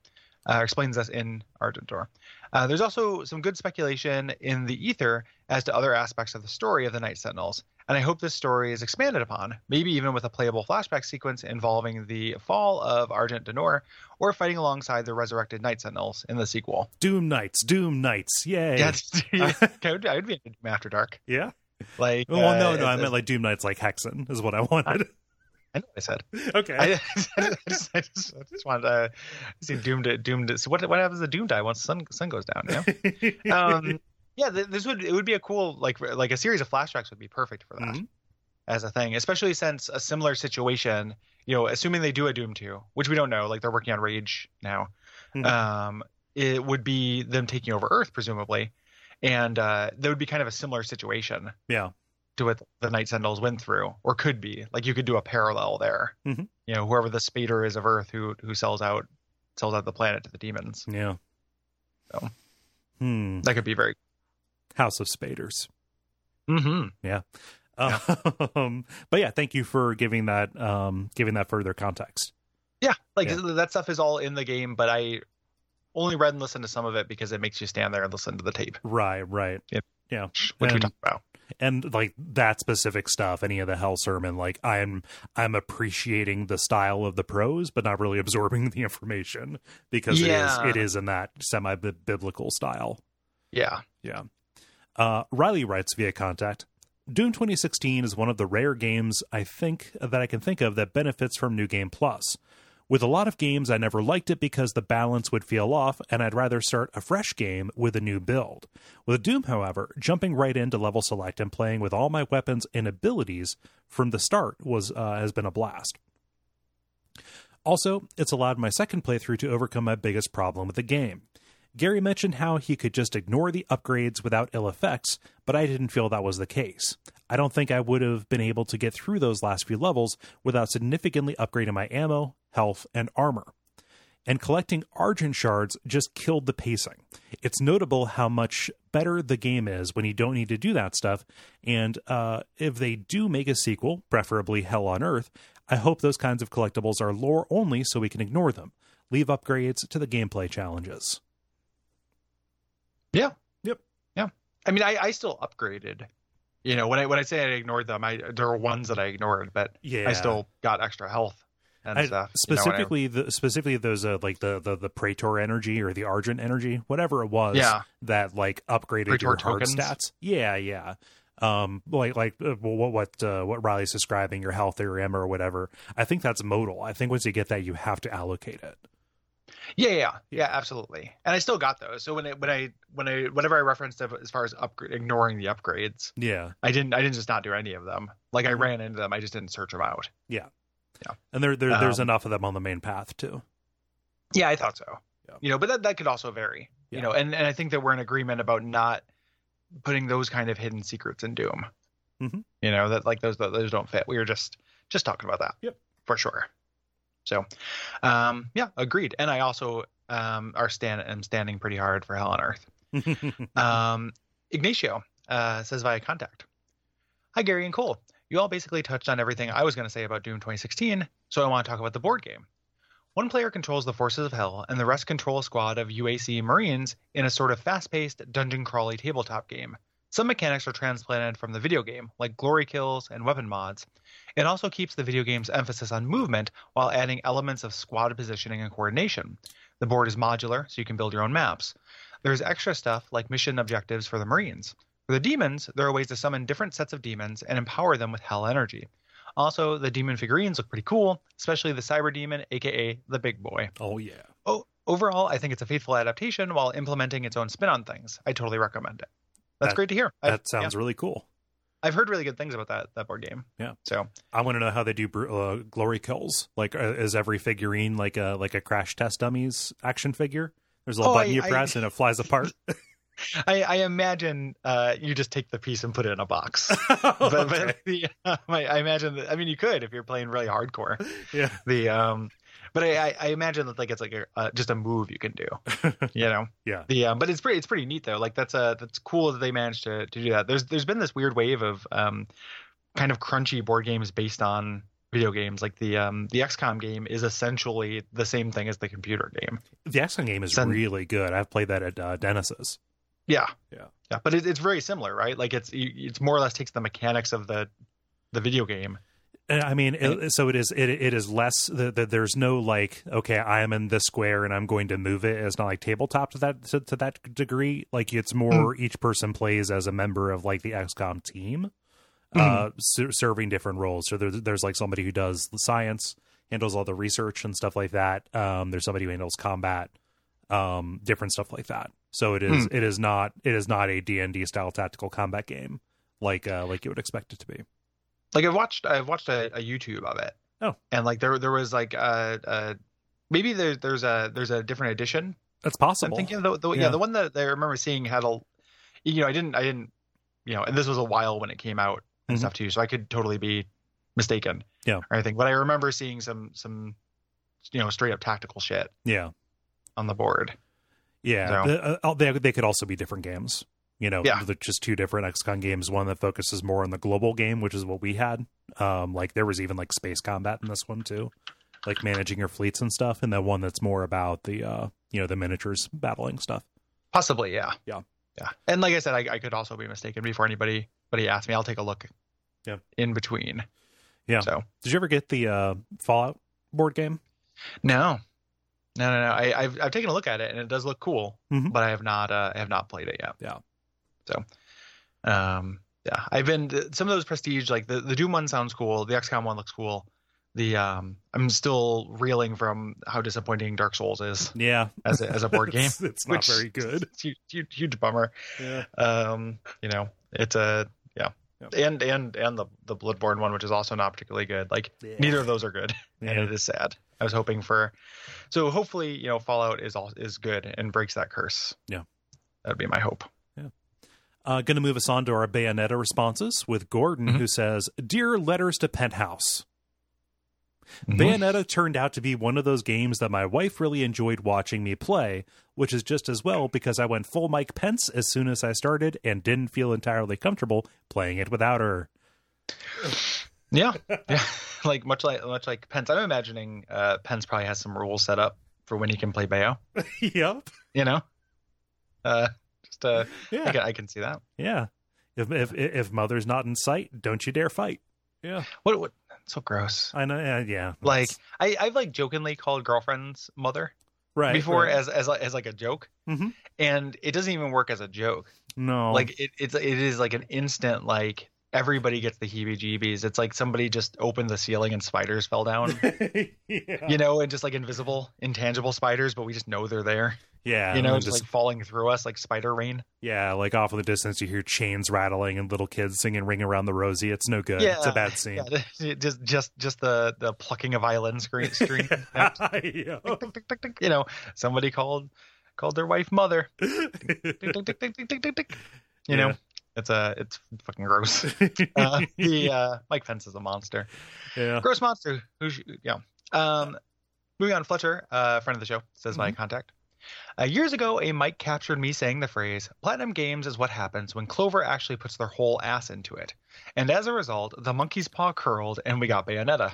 Speaker 2: Uh, explains us in Argent Denor. Uh, there's also some good speculation in the ether as to other aspects of the story of the Night Sentinels, and I hope this story is expanded upon, maybe even with a playable flashback sequence involving the fall of Argent Denor or fighting alongside the resurrected Night Sentinels in the sequel.
Speaker 1: Doom Knights, Doom Knights. Yay.
Speaker 2: Yeah, <laughs> I would, I would be into Doom After Dark.
Speaker 1: <laughs>
Speaker 2: <laughs>
Speaker 1: yeah.
Speaker 2: Like,
Speaker 1: Well,
Speaker 2: uh,
Speaker 1: no, no, I
Speaker 2: it's-
Speaker 1: meant like Doom Knights like Hexen is what I <laughs> wanted.
Speaker 2: I know what
Speaker 1: <laughs>
Speaker 2: I said.
Speaker 1: Okay.
Speaker 2: I, <laughs> I, just, I, just, I just wanted to see doomed doomed. So what what happens to doomed eye once sun sun goes down? You know? <laughs>
Speaker 1: <laughs>
Speaker 2: um, yeah, th- this would it would be a cool like like a series of flashbacks would be perfect for that
Speaker 1: Mhm.
Speaker 2: as a thing, especially since a similar situation. You know, assuming they do a Doom two, which we don't know, like they're working on Rage now.
Speaker 1: Mhm.
Speaker 2: Um, it would be them taking over Earth presumably, and uh, there would be kind of a similar situation
Speaker 1: yeah.
Speaker 2: to what the Night Sentinels went through, or could be. Like you could do a parallel there.
Speaker 1: Mhm.
Speaker 2: You know, whoever the spader is of Earth who who sells out sells out the planet to the demons.
Speaker 1: Yeah.
Speaker 2: So.
Speaker 1: Hmm.
Speaker 2: That could be very.
Speaker 1: House of Spaders.
Speaker 2: Mm-hmm.
Speaker 1: Um, but yeah, thank you for giving that um, giving that further context.
Speaker 2: Yeah, like
Speaker 1: Yeah.
Speaker 2: that stuff is all in the game, but I only read and listened to some of it because it makes you stand there and listen to the tape,
Speaker 1: Right, right.
Speaker 2: which we
Speaker 1: And-
Speaker 2: talked about.
Speaker 1: and like that specific stuff any of the hell sermon like i'm i'm appreciating the style of the prose but not really absorbing <laughs> the information because
Speaker 2: Yeah.
Speaker 1: it is it is in that semi biblical style
Speaker 2: Yeah.
Speaker 1: uh, Riley writes via contact Doom 2016 is one of the rare games I think that I can think of that benefits from New Game Plus. With a lot of games, I never liked it because the balance would feel off, and I'd rather start a fresh game with a new build. With Doom, however, jumping right into level select and playing with all my weapons and abilities from the start was uh, has been a blast. Also, it's allowed my second playthrough to overcome my biggest problem with the game. Gary mentioned how he could just ignore the upgrades without ill effects, but I didn't feel that was the case. I don't think I would have been able to get through those last few levels without significantly upgrading my ammo, health, and armor. And collecting Argent shards just killed the pacing. It's notable how much better the game is when you don't need to do that stuff. And uh, if they do make a sequel, preferably Hell on Earth, I hope those kinds of collectibles are lore only so we can ignore them. Leave upgrades to the gameplay challenges.
Speaker 2: I mean, I, I still upgraded. You know, when I when I say I ignored them, I there were ones that I ignored, but
Speaker 1: Yeah,
Speaker 2: I still got extra health and
Speaker 1: I-
Speaker 2: stuff. you know, and I-
Speaker 1: specifically the specifically those uh, like the, the the Praetor energy or the Argent energy, whatever it was
Speaker 2: yeah,
Speaker 1: that like upgraded
Speaker 2: Praetor
Speaker 1: your hard
Speaker 2: tokens?
Speaker 1: stats. Yeah, yeah. Um, like like uh, what what uh, what Riley's describing your health or your ammo or whatever. I think that's modal. I think once you get that, you have to allocate it.
Speaker 2: Yeah, yeah, yeah, absolutely. And I still got those. So when I when I when I whenever I referenced it as far as upgrade, ignoring the upgrades,
Speaker 1: Yeah.
Speaker 2: I didn't I didn't just not do any of them. Like I
Speaker 1: Mm-hmm.
Speaker 2: ran into them, I just didn't search them out.
Speaker 1: And there, there there's
Speaker 2: Um,
Speaker 1: enough of them on the main path too. <laughs>
Speaker 2: Yeah, I thought so.
Speaker 1: Yeah.
Speaker 2: You know, but that that could also vary.
Speaker 1: Yeah.
Speaker 2: You know, and and I think that we're in agreement about not putting those kind of hidden secrets in Doom.
Speaker 1: Mhm.
Speaker 2: You know that like those those don't fit. We were just just talking about that.
Speaker 1: Yep.
Speaker 2: for sure. So, um, yeah, agreed. And I also um are stand am standing pretty hard for Hell on Earth.
Speaker 1: <laughs>
Speaker 2: Um, Ignacio uh, says via contact Hi, Gary and Cole. You all basically touched on everything I was going to say about Doom 2016, so I want to talk about the board game. One player controls the forces of hell, and the rest control a squad of UAC Marines in a sort of fast paced dungeon crawly tabletop game. Some mechanics are transplanted from the video game, like glory kills and weapon mods. It also keeps the video game's emphasis on movement while adding elements of squad positioning and coordination. The board is modular, so you can build your own maps. There's extra stuff like mission objectives for the Marines. For the demons, there are ways to summon different sets of demons and empower them with hell energy. Also, the demon figurines look pretty cool, especially the cyber demon, aka the big boy.
Speaker 1: oh yeah.
Speaker 2: Oh, overall, I think it's a faithful adaptation while implementing its own spin on things. I totally recommend it. That's
Speaker 1: That-
Speaker 2: great to hear. I've,
Speaker 1: That sounds really cool.
Speaker 2: I've heard really good things about that that board game.
Speaker 1: Yeah.
Speaker 2: So
Speaker 1: I want to know how they do br- uh, glory kills. Like, uh, is every figurine like a like a crash test dummies action figure? There's a little
Speaker 2: Oh,
Speaker 1: button
Speaker 2: I-
Speaker 1: you
Speaker 2: I-
Speaker 1: press and it flies apart. <laughs>
Speaker 2: I, I imagine uh, you just take the piece and put it in
Speaker 1: <laughs>
Speaker 2: a box. <laughs> but,
Speaker 1: Okay.
Speaker 2: but the, <laughs> I, I imagine. That, I mean, you could if you're playing really hardcore.
Speaker 1: yeah.
Speaker 2: the um but I, I- I imagine that like it's like a, uh, just a move you
Speaker 1: <laughs>
Speaker 2: can do, you know.
Speaker 1: Yeah.
Speaker 2: The um, but it's pretty it's pretty neat though. Like that's uh that's cool that they managed to to do that. There's there's been this weird wave of um kind of crunchy board games based on video games. Like the um the XCOM game is essentially the same thing as the computer game.
Speaker 1: The Axon game is
Speaker 2: Sun-
Speaker 1: really good. I've played that at uh, Dennis's.
Speaker 2: Yeah.
Speaker 1: Yeah.
Speaker 2: Yeah. But it, it's very similar, right? Like it's it's more or less takes the mechanics of the the video game.
Speaker 1: And, Uh, I mean, it, so it is. It, it is less. The, the, there's no like, okay, I am in this square and I'm going to move it. It's not like tabletop to that to, to
Speaker 2: Mm.
Speaker 1: that degree. Like it's more each person plays as a member of like the XCOM team. uh,
Speaker 2: Mm-hmm.
Speaker 1: ser- serving different roles. So there's, there's like somebody who does the science, handles all the research and stuff like that. Um, there's somebody who handles combat, um, different stuff like that. So it is
Speaker 2: Hmm.
Speaker 1: it is not it is not a D and D style tactical combat game like uh, like you would expect it to be.
Speaker 2: Like I've watched I've watched a, a YouTube of it.
Speaker 1: Oh.
Speaker 2: And like there there was like a, a maybe there there's a there's a different edition.
Speaker 1: That's possible.
Speaker 2: I'm thinking the, the yeah.
Speaker 1: Yeah.
Speaker 2: the one that I remember seeing had a you know I didn't I didn't you know and this was a while when it came out and
Speaker 1: Mhm.
Speaker 2: stuff too so I could totally be mistaken.
Speaker 1: Yeah.
Speaker 2: Or anything, but I remember seeing some some you know straight up tactical shit
Speaker 1: yeah.
Speaker 2: on the board.
Speaker 1: Yeah,
Speaker 2: So-
Speaker 1: the- uh, they they could also be different games. You know,
Speaker 2: Yeah.
Speaker 1: they're just two different XCOM games. One that focuses more on the global game, which is what we had. Um, like there was even like space combat in this one too, like managing your fleets and stuff. And then one that's more about the uh, you know, the miniatures battling stuff.
Speaker 2: Possibly, yeah.
Speaker 1: Yeah.
Speaker 2: Yeah. And like I said, I, I could also be mistaken before anybody but he asked me. I'll take a look
Speaker 1: Yeah.
Speaker 2: in between.
Speaker 1: Yeah.
Speaker 2: So
Speaker 1: Did you ever get the uh, Fallout board game?
Speaker 2: no. No, no, no. I, I've I've taken a look at it and it does look cool,
Speaker 1: Mhm.
Speaker 2: but I have not uh, I have not played it yet.
Speaker 1: Yeah.
Speaker 2: So um yeah. I've been some of those prestige like the, the Doom one sounds cool, the XCOM one looks cool. The um I'm still reeling from how disappointing Dark Souls is
Speaker 1: Yeah,
Speaker 2: as a, as
Speaker 1: <laughs>
Speaker 2: a board game.
Speaker 1: it's, it's not
Speaker 2: which-
Speaker 1: very good.
Speaker 2: It's huge, huge, huge bummer.
Speaker 1: Yeah,
Speaker 2: um you know it's a yeah
Speaker 1: Yep.
Speaker 2: and and and the the bloodborne one which is also not particularly good like neither of those are good and
Speaker 1: Yeah.
Speaker 2: it is sad i was hoping for so hopefully you know fallout is all is good and breaks that curse
Speaker 1: Yeah.
Speaker 2: that would be my hope
Speaker 1: Uh, going to move us on to our Bayonetta responses with Gordon,
Speaker 2: Mhm.
Speaker 1: who says, "Dear letters to Penthouse."
Speaker 2: Mhm.
Speaker 1: Bayonetta turned out to be one of those games that my wife really enjoyed watching me play, which is just as well because I went full Mike Pence as soon as I started and didn't feel entirely comfortable playing it without <laughs> her.
Speaker 2: yeah
Speaker 1: <laughs>
Speaker 2: yeah <laughs> like much like much like pence i'm imagining uh pence probably has some rules set up for when he can play bayo
Speaker 1: yep.
Speaker 2: you know uh just uh I,
Speaker 1: Yeah.
Speaker 2: can, I can see that
Speaker 1: Yeah. If, if if mother's not in sight, don't you dare fight. Yeah.
Speaker 2: what what so gross
Speaker 1: I know. Yeah. yeah.
Speaker 2: like
Speaker 1: That's-
Speaker 2: I, I've like jokingly called girlfriends mother
Speaker 1: right
Speaker 2: before
Speaker 1: right.
Speaker 2: as as as like a joke,
Speaker 1: Mhm.
Speaker 2: and it doesn't even work as a joke.
Speaker 1: no. <laughs>
Speaker 2: Like it, it's it is like an instant like everybody gets the heebie-jeebies. It's like somebody just opened the ceiling and spiders fell down,
Speaker 1: <laughs> yeah.
Speaker 2: you know, and just like invisible, intangible spiders, but we just know they're there.
Speaker 1: yeah.
Speaker 2: you
Speaker 1: and
Speaker 2: know,
Speaker 1: then
Speaker 2: just, like falling through us like spider rain.
Speaker 1: <laughs> yeah. Like off in the distance, you hear chains rattling and little kids singing "Ring Around the Rosie." It's no good. It's a
Speaker 2: Yeah,
Speaker 1: bad scene.
Speaker 2: Yeah, <laughs> it just just just the the plucking of
Speaker 1: <laughs>
Speaker 2: violin screen <laughs> string. Tick,
Speaker 1: Yep.
Speaker 2: tick, tick, tick, tick. you know, somebody called called their wife mother.
Speaker 1: <laughs>
Speaker 2: <laughs> Tick, tick, tick, tick, tick, tick, tick, tick. You know,
Speaker 1: Yeah.
Speaker 2: it's uh, it's
Speaker 1: <laughs>
Speaker 2: fucking gross. uh, the uh, Mike Pence is a monster,
Speaker 1: yeah.
Speaker 2: gross monster. Who? sh- Yeah. Um, moving on, Fletcher, uh, friend of the show, says my contact. Uh, years ago, a mic captured me saying the phrase "Platinum Games is what happens when Clover actually puts their whole ass into it," and as a result, the monkey's paw curled, and we got Bayonetta.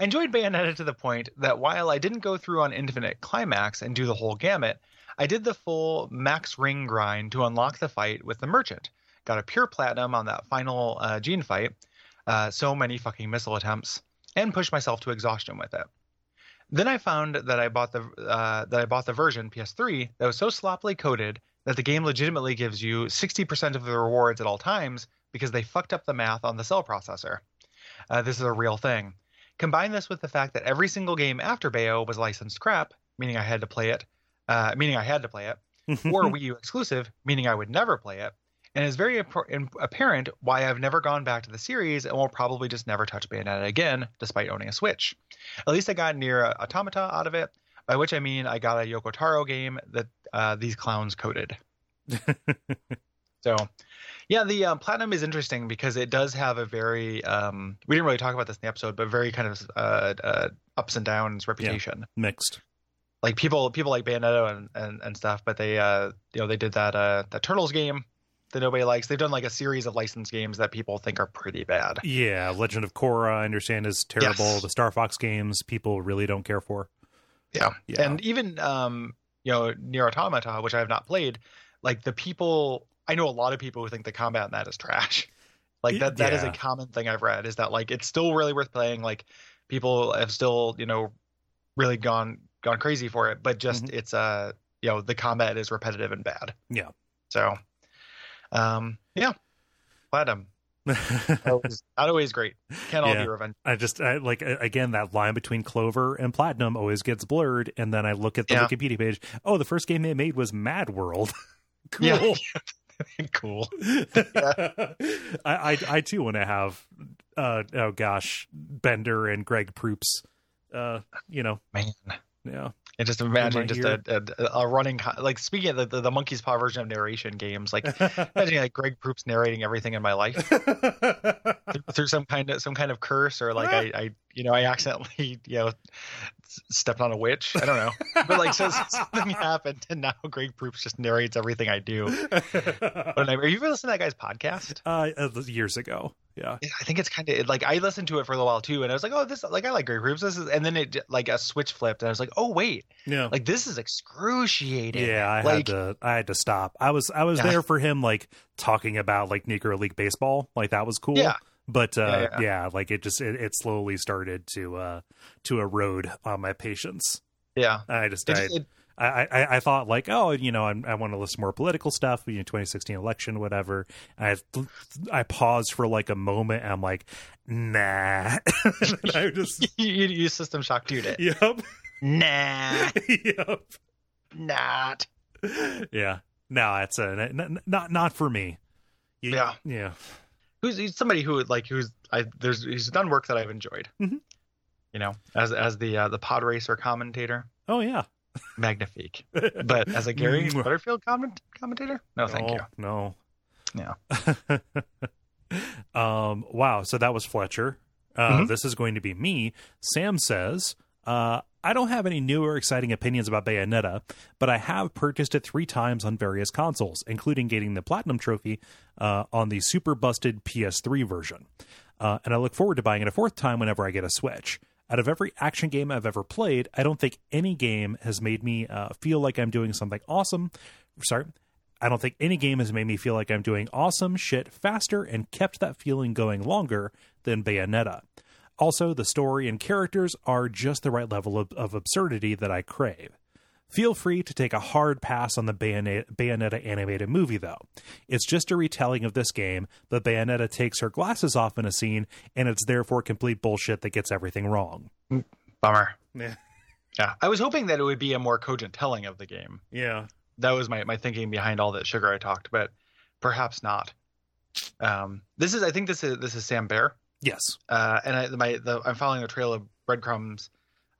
Speaker 2: I enjoyed Bayonetta to the point that while I didn't go through on Infinite Climax and do the whole gamut, I did the full max ring grind to unlock the fight with the Merchant. Got a pure platinum on that final uh, Gene fight. Uh, so many fucking missile attempts, and pushed myself to exhaustion with it. Then I found that I bought the uh, that I bought the version PS3 that was so sloppily coded that the game legitimately gives you 60% of the rewards at all times because they fucked up the math on the cell processor. Uh, this is a real thing. Combine this with the fact that every single game after Bayo was licensed crap, meaning I had to play it, uh, meaning I had to play it, or Wii U exclusive, meaning I would never play it, and it's very appar- im- apparent why I've never gone back to the series and will probably just never touch Bayonetta again, despite owning a Switch. At least I got near uh, Automata out of it, by which I mean I got a Yoko Taro game that uh, these clowns coded. So, yeah, the uh, platinum is interesting because it does have a very um, we didn't really talk about this in the episode, but very kind of uh, uh, ups and downs reputation
Speaker 1: Mixed.
Speaker 2: like people people like Bayonetta and, and, and stuff, but they uh you know they did that uh that Turtles game that nobody likes. They've done like a series of licensed games that people think are pretty bad.
Speaker 1: Yeah. Legend of Korra, I understand, is terrible.
Speaker 2: Yes.
Speaker 1: The Star Fox games, people really don't care for.
Speaker 2: Yeah.
Speaker 1: Yeah.
Speaker 2: And even um you know Nier Automata, which I have not played, like the people I know a lot of people who think the combat in that is trash. <laughs> Like that that is
Speaker 1: Yeah.
Speaker 2: a common thing I've read is that like it's still really worth playing. Like people have still you know really gone gone crazy for it, but just
Speaker 1: Mm-hmm.
Speaker 2: it's uh you know the combat is repetitive and bad.
Speaker 1: Yeah.
Speaker 2: So, um, yeah, platinum. always, not always great. Can't all
Speaker 1: Yeah.
Speaker 2: be revenge.
Speaker 1: <laughs>
Speaker 2: <laughs>
Speaker 1: I just I, like a- again that line between Clover and Platinum always gets blurred, and then I look at the
Speaker 2: Yeah.
Speaker 1: Wikipedia page. Oh, the first game they made was Mad World. <laughs> cool.
Speaker 2: Yeah. cool.
Speaker 1: I, <laughs> I I too want to have uh oh gosh Bender and Greg Proops. Uh, you know,
Speaker 2: Man.
Speaker 1: yeah, <laughs>
Speaker 2: And just imagine
Speaker 1: right
Speaker 2: just
Speaker 1: here.
Speaker 2: a, a, a running, co- like speaking of the, the, the monkey's paw version of narration games, <laughs> like imagine like Greg Proops narrating everything in my life. through, through some kind of some kind of curse or like I, I you know I accidentally <laughs> you know s- stepped on a witch I don't know but like <laughs> so something happened and now Greg Proops just narrates everything
Speaker 1: <laughs>
Speaker 2: I do. But I- are you ever listening to that guy's podcast?
Speaker 1: uh, uh, years ago, yeah,
Speaker 2: I think it's kind of like I listened to it for a little while too, and I was like, oh this like I like Greg Proops this is and then it like a switch flipped and I was like oh wait
Speaker 1: yeah.
Speaker 2: like this is excruciating
Speaker 1: Yeah, I had
Speaker 2: like
Speaker 1: to I had to stop. I was I was
Speaker 2: Yeah.
Speaker 1: there for him like talking about like Negro League baseball. Like that was cool.
Speaker 2: Yeah.
Speaker 1: But uh
Speaker 2: Yeah,
Speaker 1: yeah, like it just it, it slowly started to uh to erode on my patience.
Speaker 2: yeah.
Speaker 1: I just
Speaker 2: It
Speaker 1: I,
Speaker 2: just- it-
Speaker 1: I, I I thought like oh you know I'm, I want to listen to more political stuff you know 2016 election whatever I I paused for like a moment and I'm like nah <laughs> And I
Speaker 2: <laughs>
Speaker 1: just
Speaker 2: you, you you system shock
Speaker 1: <laughs>
Speaker 2: dude it.
Speaker 1: yep
Speaker 2: Nah,
Speaker 1: yep
Speaker 2: not.
Speaker 1: <laughs> yeah. No, it's a n- n- not not for me. You-
Speaker 2: Yeah.
Speaker 1: Yeah.
Speaker 2: who's he's somebody who like who's I there's he's done work that I've enjoyed.
Speaker 1: Mhm.
Speaker 2: You know, as as the uh, the pod racer commentator,
Speaker 1: Oh yeah.
Speaker 2: magnifique.
Speaker 1: <laughs>
Speaker 2: But as a Gary
Speaker 1: Mwah.
Speaker 2: Butterfield comment, commentator, no, thank
Speaker 1: oh,
Speaker 2: you.
Speaker 1: No.
Speaker 2: Yeah.
Speaker 1: <laughs> um wow, so that was Fletcher. Uh
Speaker 2: Mm-hmm.
Speaker 1: this is going to be me. Sam says, uh I don't have any new or exciting opinions about Bayonetta, but I have purchased it three times on various consoles, including getting the Platinum Trophy uh, on the super busted PS3 version. Uh, and I look forward to buying it a fourth time whenever I get a Switch. Out of every action game I've ever played, I don't think any game has made me uh, feel like I'm doing something awesome. Sorry. I don't think any game has made me feel like I'm doing awesome shit faster and kept that feeling going longer than Bayonetta. Also, the story and characters are just the right level of, of absurdity that I crave. Feel free to take a hard pass on the Bayonetta, Bayonetta animated movie, though. It's just a retelling of this game, but Bayonetta takes her glasses off in a scene, and it's therefore complete bullshit that gets everything wrong.
Speaker 2: Bummer.
Speaker 1: Yeah.
Speaker 2: Yeah, I was hoping that it would be a more cogent telling of the game.
Speaker 1: Yeah.
Speaker 2: That was my my thinking behind all that sugar I talked, but perhaps not. Um, this is I think this is this is Sam Bear.
Speaker 1: Yes.
Speaker 2: uh, and I, my the, I'm following the trail of breadcrumbs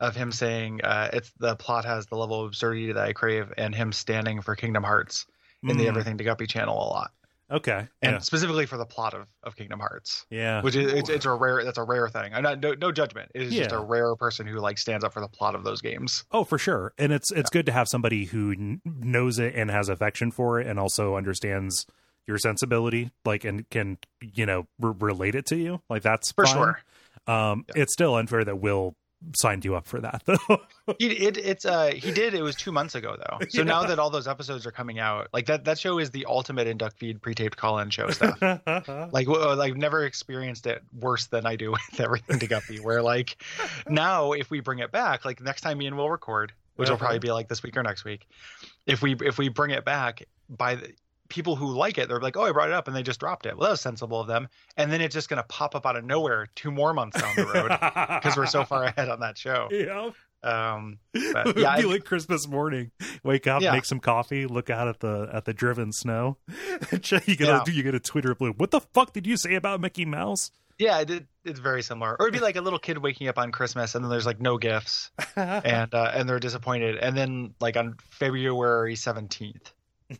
Speaker 2: of him saying uh, it's the plot has the level of absurdity that I crave, and him standing for Kingdom Hearts in the
Speaker 1: Mm,
Speaker 2: Everything to Guppy channel a lot,
Speaker 1: Okay.
Speaker 2: and specifically for the plot of, of Kingdom Hearts,
Speaker 1: yeah.
Speaker 2: which is it's, it's a rare that's a rare thing. I'm not no, no judgment. It is just
Speaker 1: Yeah.
Speaker 2: a rare person who like stands up for the plot of those games.
Speaker 1: Oh, for sure, and it's it's good to have somebody who kn- knows it and has affection for it, and also understands your sensibility, like and can you know re- relate it to you. Like that's
Speaker 2: For
Speaker 1: fine.
Speaker 2: sure,
Speaker 1: Um, it's still unfair that Will signed you up for that, though.
Speaker 2: <laughs> he it, it's uh he did it was two months ago though.
Speaker 1: <laughs>
Speaker 2: So
Speaker 1: Yeah.
Speaker 2: now that all those episodes are coming out, like that that show is the ultimate in duck feed pre-taped call-in show stuff. like wh- like, I've never experienced it worse than I do <laughs> with everything to Guppy. Where like now, if we bring it back, like next time Ian will record, which will
Speaker 1: Uh-huh.
Speaker 2: probably be like this week or next week. If we if we bring it back by the people who like it, they're like, oh, I brought it up and they just dropped it. Well, that was sensible of them. And then it's just gonna pop up out of nowhere two more months down
Speaker 1: <laughs>
Speaker 2: the road because we're so far ahead on that show.
Speaker 1: Yeah,
Speaker 2: Um,
Speaker 1: it would
Speaker 2: yeah,
Speaker 1: be
Speaker 2: I-
Speaker 1: like Christmas morning. Wake up,
Speaker 2: Yeah.
Speaker 1: make some coffee, look out at the at the driven snow. <laughs> Check- you get a you get a Twitter blue. What the fuck did you say about Mickey Mouse?
Speaker 2: yeah, it, it's very similar. Or it'd be like a little kid waking up on Christmas and then there's like no gifts.
Speaker 1: <laughs>
Speaker 2: and uh, and they're disappointed. And then like on February seventeenth,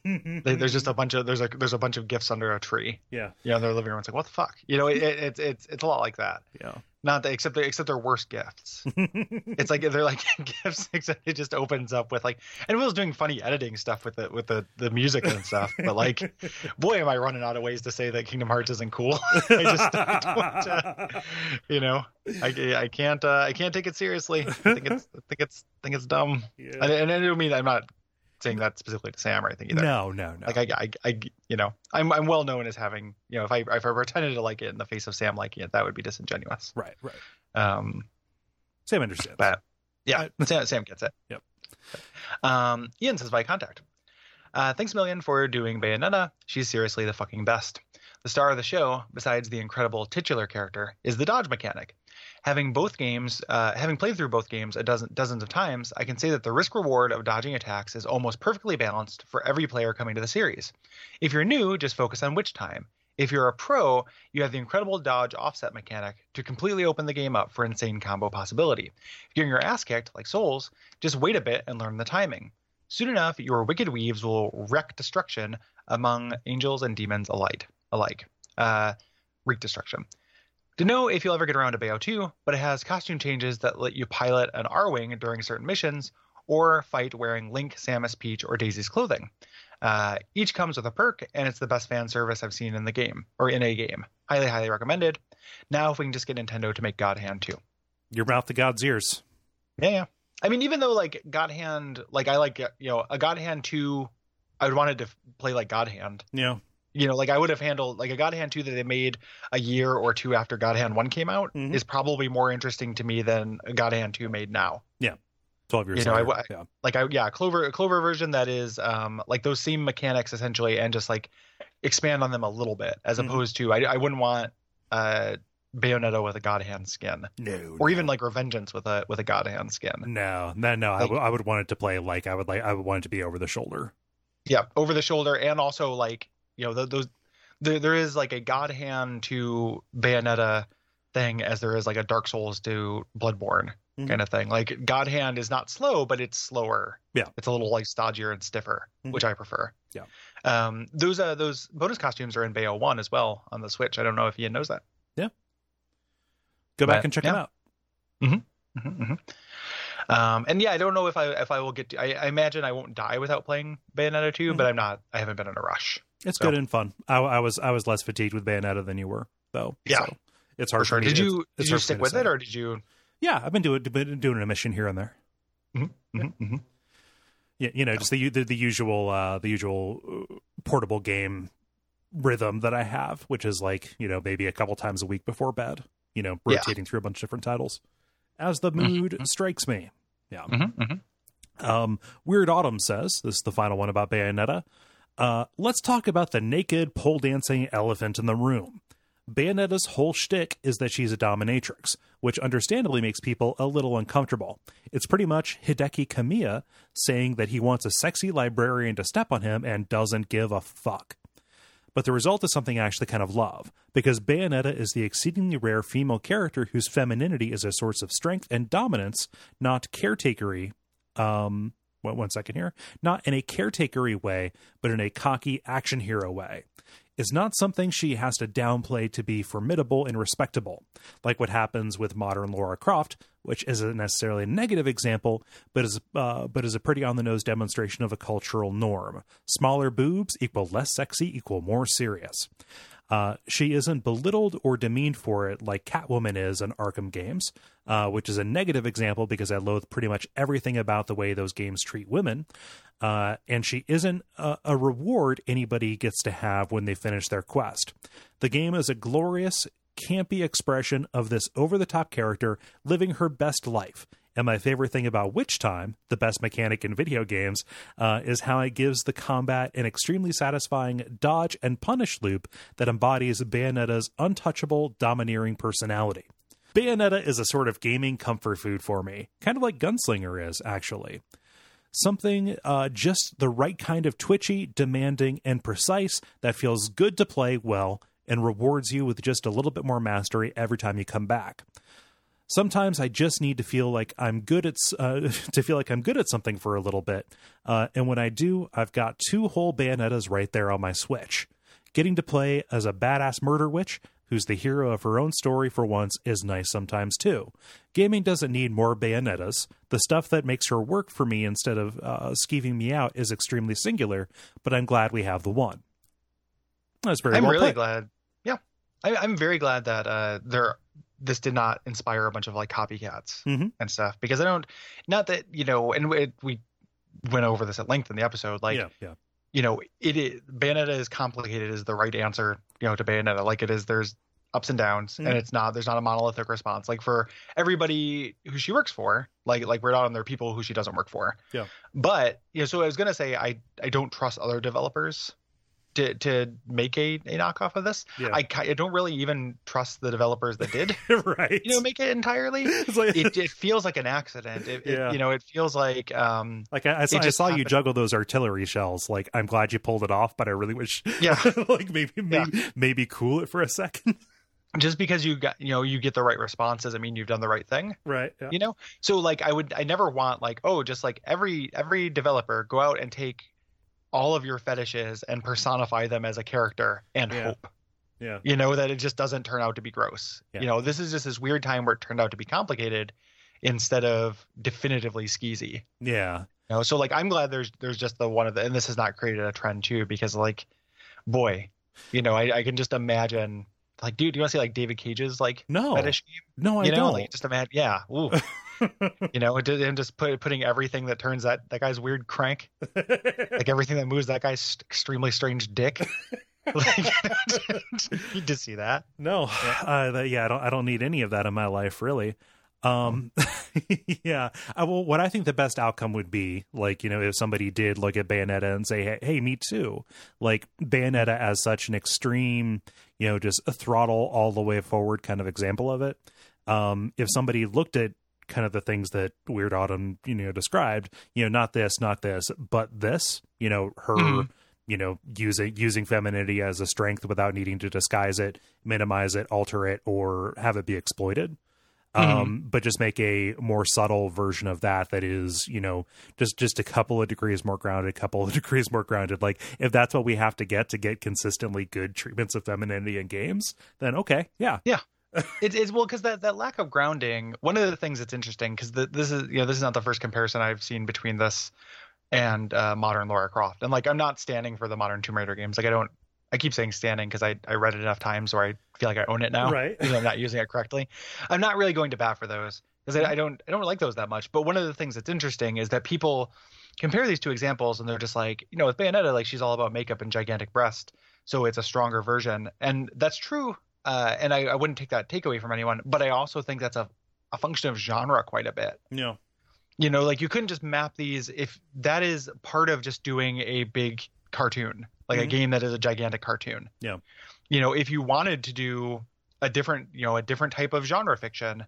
Speaker 2: there's just a bunch of there's a there's a bunch of gifts under a tree.
Speaker 1: yeah,
Speaker 2: You know, their living room's like, what the fuck? You know, it, it, it's it's it's a lot like that.
Speaker 1: yeah.
Speaker 2: Not that except they're, except they're worse gifts. It's like they're like <laughs> gifts. Except it just opens up with like, and Will's doing funny editing stuff with the with the the music and stuff. But like, boy, am I running out of ways to say that Kingdom Hearts isn't cool. <laughs> I just don't, <laughs> uh, you know, I, I can't uh, I can't take it seriously. I think it's I think it's I think it's dumb. And, and I don't mean I'm not saying that specifically to Sam or anything either.
Speaker 1: No, no, no.
Speaker 2: Like I, I, I, you know, I'm I'm well known as having, you know, if I if I pretended to like it in the face of Sam liking it, that would be disingenuous.
Speaker 1: right, right.
Speaker 2: Um,
Speaker 1: Sam understands.
Speaker 2: but yeah, Sam, Sam gets it.
Speaker 1: Yep.
Speaker 2: Um, Ian says by contact. Uh, thanks a million for doing Bayonetta. She's seriously the fucking best. The star of the show, besides the incredible titular character, is the dodge mechanic. Having both games, uh, having played through both games a dozen dozens of times, I can say that the risk reward of dodging attacks is almost perfectly balanced for every player coming to the series. If you're new, just focus on which time. If you're a pro, you have the incredible dodge offset mechanic to completely open the game up for insane combo possibility. If you're your ass kicked, like Souls, just wait a bit and learn the timing. Soon enough, your wicked weaves will wreak destruction among angels and demons alike alike. Uh, wreak destruction. To know if you'll ever get around to Bayo 2, but it has costume changes that let you pilot an R Wing during certain missions or fight wearing Link, Samus, Peach, or Daisy's clothing. Uh, each comes with a perk, and it's the best fan service I've seen in the game, or in a game. Highly, highly recommended. Now, if we can just get Nintendo to make God Hand 2.
Speaker 1: Your mouth to God's ears.
Speaker 2: Yeah, yeah. I mean, even though, like, God Hand, like, I like, you know, a God Hand 2, I would wanted to f- play like God Hand
Speaker 1: Yeah.
Speaker 2: you know, like I would have handled like a God Hand 2 that they made a year or two after God Hand 1 came out
Speaker 1: Mhm.
Speaker 2: is probably more interesting to me than a God Hand 2 made now.
Speaker 1: 12 years
Speaker 2: You know, I
Speaker 1: later.
Speaker 2: w-
Speaker 1: yeah.
Speaker 2: Like I yeah, Clover a Clover version that is um like those same mechanics essentially and just like expand on them a little bit as
Speaker 1: Mhm.
Speaker 2: opposed to I I wouldn't want uh Bayonetta with a God Hand skin
Speaker 1: No.
Speaker 2: or even like Revengeance with a with a God Hand skin.
Speaker 1: No, no, no. I
Speaker 2: Like-
Speaker 1: w- I would want it to play like I would like. I would want it to be over the shoulder.
Speaker 2: Yeah, over the shoulder and also like, you know, th- those there, there is like a God Hand to Bayonetta thing as there is like a Dark Souls to Bloodborne
Speaker 1: Mhm.
Speaker 2: kind of thing. Like God Hand is not slow, but it's slower.
Speaker 1: Yeah.
Speaker 2: It's a little like stodgier and stiffer,
Speaker 1: Mhm.
Speaker 2: which I prefer.
Speaker 1: Yeah.
Speaker 2: Um those uh those bonus costumes are in Bayo 1 as well on the Switch. I don't know if Ian knows that.
Speaker 1: Go back
Speaker 2: But,
Speaker 1: and check
Speaker 2: yeah.
Speaker 1: them out.
Speaker 2: hmm Um, and yeah, I don't know if I if I will get. To, I, I imagine I won't die without playing Bayonetta 2
Speaker 1: Mm-hmm.
Speaker 2: but I'm not. I haven't been in a rush.
Speaker 1: It's
Speaker 2: So-
Speaker 1: good and fun. I, I was I was less fatigued with Bayonetta than you were, though.
Speaker 2: Yeah.
Speaker 1: So it's
Speaker 2: For
Speaker 1: hard.
Speaker 2: sure.
Speaker 1: For me.
Speaker 2: Did
Speaker 1: it's-
Speaker 2: you
Speaker 1: it's
Speaker 2: did
Speaker 1: hard
Speaker 2: you
Speaker 1: for me
Speaker 2: stick
Speaker 1: to
Speaker 2: with
Speaker 1: say.
Speaker 2: it or did you?
Speaker 1: Yeah, I've been doing been doing a mission here and there.
Speaker 2: Mm-hmm.
Speaker 1: Yeah, you know, just the, u- the the usual uh, the usual uh, portable game rhythm that I have, which is like you know maybe a couple times a week before bed. You know,
Speaker 2: Yeah.
Speaker 1: rotating through a bunch of different titles as the mood strikes me. Yeah.
Speaker 2: Mm-hmm. Mm-hmm.
Speaker 1: Um, Weird Autumn says this is the final one about Bayonetta. Uh, let's talk about the naked pole dancing elephant in the room. Bayonetta's whole shtick is that she's a dominatrix, which understandably makes people a little uncomfortable. It's pretty much Hideki Kamiya saying that he wants a sexy librarian to step on him and doesn't give a fuck but the result is something I actually kind of love, because Bayonetta is the exceedingly rare female character whose femininity is a source of strength and dominance, not caretakery. Um, one- one second here, not in a caretakery way, but in a cocky action hero way. It's not something she has to downplay to be formidable and respectable, like what happens with modern Laura Croft, which isn't necessarily a negative example, but is uh, but is a pretty on the nose demonstration of a cultural norm. Smaller boobs equal less sexy equal more serious. Uh, she isn't belittled or demeaned for it like Catwoman is in Arkham games, uh, which is a negative example because I loathe pretty much everything about the way those games treat women. Uh, and she isn't a, a reward anybody gets to have when they finish their quest. The game is a glorious, campy expression of this over the top character living her best life. And my favorite thing about Witch Time, the best mechanic in video games, uh, is how it gives the combat an extremely satisfying dodge and punish loop that embodies Bayonetta's untouchable, domineering personality. Bayonetta is a sort of gaming comfort food for me, kind of like Gunslinger is, actually something uh, just the right kind of twitchy, demanding, and precise that feels good to play well and rewards you with just a little bit more mastery every time you come back. Sometimes I just need to feel like I'm good at s- uh, <laughs> to feel like I'm good at something for a little bit, uh, and when I do, I've got two whole Bayonettas right there on my Switch. Getting to play as a badass murder witch who's the hero of her own story for once is nice sometimes too. Gaming doesn't need more Bayonettas. The stuff that makes her work for me instead of uh, skeeving me out is extremely singular, but I'm glad we have the one. That's very
Speaker 2: I'm
Speaker 1: well
Speaker 2: really
Speaker 1: put.
Speaker 2: glad. Yeah, I, I'm very glad that uh, there this did not inspire a bunch of like copycats
Speaker 1: Mhm.
Speaker 2: and stuff because I don't. Not that you know, and it, we went over this at length in the episode. Like
Speaker 1: yeah, yeah. <laughs>
Speaker 2: you know, it is Bayonetta is complicated is the right answer. You know, to Bayonetta, like it is. There's ups and downs,
Speaker 1: Mhm.
Speaker 2: and it's not. There's not a monolithic response. Like for everybody who she works for, like like we're not on there are people who she doesn't work for.
Speaker 1: Yeah.
Speaker 2: But you know, so I was gonna say I I don't trust other developers to, to make a, a knockoff of this.
Speaker 1: Yeah.
Speaker 2: I, ki- I don't really even trust the developers that did,
Speaker 1: right. <laughs>
Speaker 2: you know, make it entirely.
Speaker 1: It's like,
Speaker 2: It, it feels like an accident. It,
Speaker 1: Yeah.
Speaker 2: it, you know, it feels like um,
Speaker 1: like I, I saw, I
Speaker 2: just
Speaker 1: saw you
Speaker 2: happened.
Speaker 1: juggle those artillery shells. Like I'm glad you pulled it off, but I really wish,
Speaker 2: yeah,
Speaker 1: <laughs> like maybe maybe, maybe cool it for a second. <laughs>
Speaker 2: just because you got you know you get the right response doesn't mean you've done the right thing.
Speaker 1: Right. Yeah.
Speaker 2: you know so like i would i never want like oh just like every every developer go out and take all of your fetishes and personify them as a character and
Speaker 1: Yeah.
Speaker 2: hope
Speaker 1: Yeah.
Speaker 2: you know that it just doesn't turn out to be gross
Speaker 1: Yeah.
Speaker 2: you know this is just this weird time where it turned out to be complicated instead of definitively skeezy
Speaker 1: Yeah.
Speaker 2: you know so like i'm glad there's there's just the one of the and this has not created a trend too because like boy you know i, I can just imagine like dude do you want to see like david cage's like
Speaker 1: No.
Speaker 2: fetish game
Speaker 1: No, I
Speaker 2: you know,
Speaker 1: don't.
Speaker 2: like just imagine, yeah,
Speaker 1: <laughs>
Speaker 2: ooh, you know, it did- and just put, putting everything that turns that that guy's weird crank,
Speaker 1: <laughs>
Speaker 2: like everything that moves that guy's st- extremely strange dick. like, <laughs> you did see that?
Speaker 1: no. <sighs> Uh, that- yeah. I don't. I don't need any of that in my life, really. Um, <laughs> yeah. I, well, what I think the best outcome would be, like, you know, if somebody did look at Bayonetta and say, "Hey, hey me too." Like Bayonetta as such an extreme, you know, just a throttle all the way forward kind of example of it. Um, if somebody looked at kind of the things that Weird Autumn, you know, described, you know, not this, not this, but this, you know, her.
Speaker 2: Mhm.
Speaker 1: You know, using using femininity as a strength without needing to disguise it, minimize it, alter it, or have it be exploited
Speaker 2: Mm-hmm.
Speaker 1: um, but just make a more subtle version of that that is you know just just a couple of degrees more grounded a couple of <laughs> degrees more grounded like if that's what we have to get to get consistently good treatments of femininity in games then okay yeah
Speaker 2: It's it's well because that that lack of grounding. One of the things that's interesting because this is you know this is not the first comparison I've seen between this and uh, modern Laura Croft, and like I'm not standing for the modern Tomb Raider games. Like I don't. I keep saying standing because I, I read it enough times where I feel like I own it now. <laughs>
Speaker 1: right
Speaker 2: because I'm not using it correctly. I'm not really going to bat for those because I, I don't I don't like those that much. But one of the things that's interesting is that people compare these two examples and they're just like, you know, with Bayonetta, like she's all about makeup and gigantic breast, so it's a stronger version, and that's true. Uh, and I, I wouldn't take that takeaway from anyone, but I also think that's a a function of genre quite a bit.
Speaker 1: yeah
Speaker 2: You know, like you couldn't just map these if that is part of just doing a big cartoon, like a
Speaker 1: Mhm.
Speaker 2: game that is a gigantic cartoon.
Speaker 1: Yeah.
Speaker 2: You know, if you wanted to do a different, you know, a different type of genre fiction,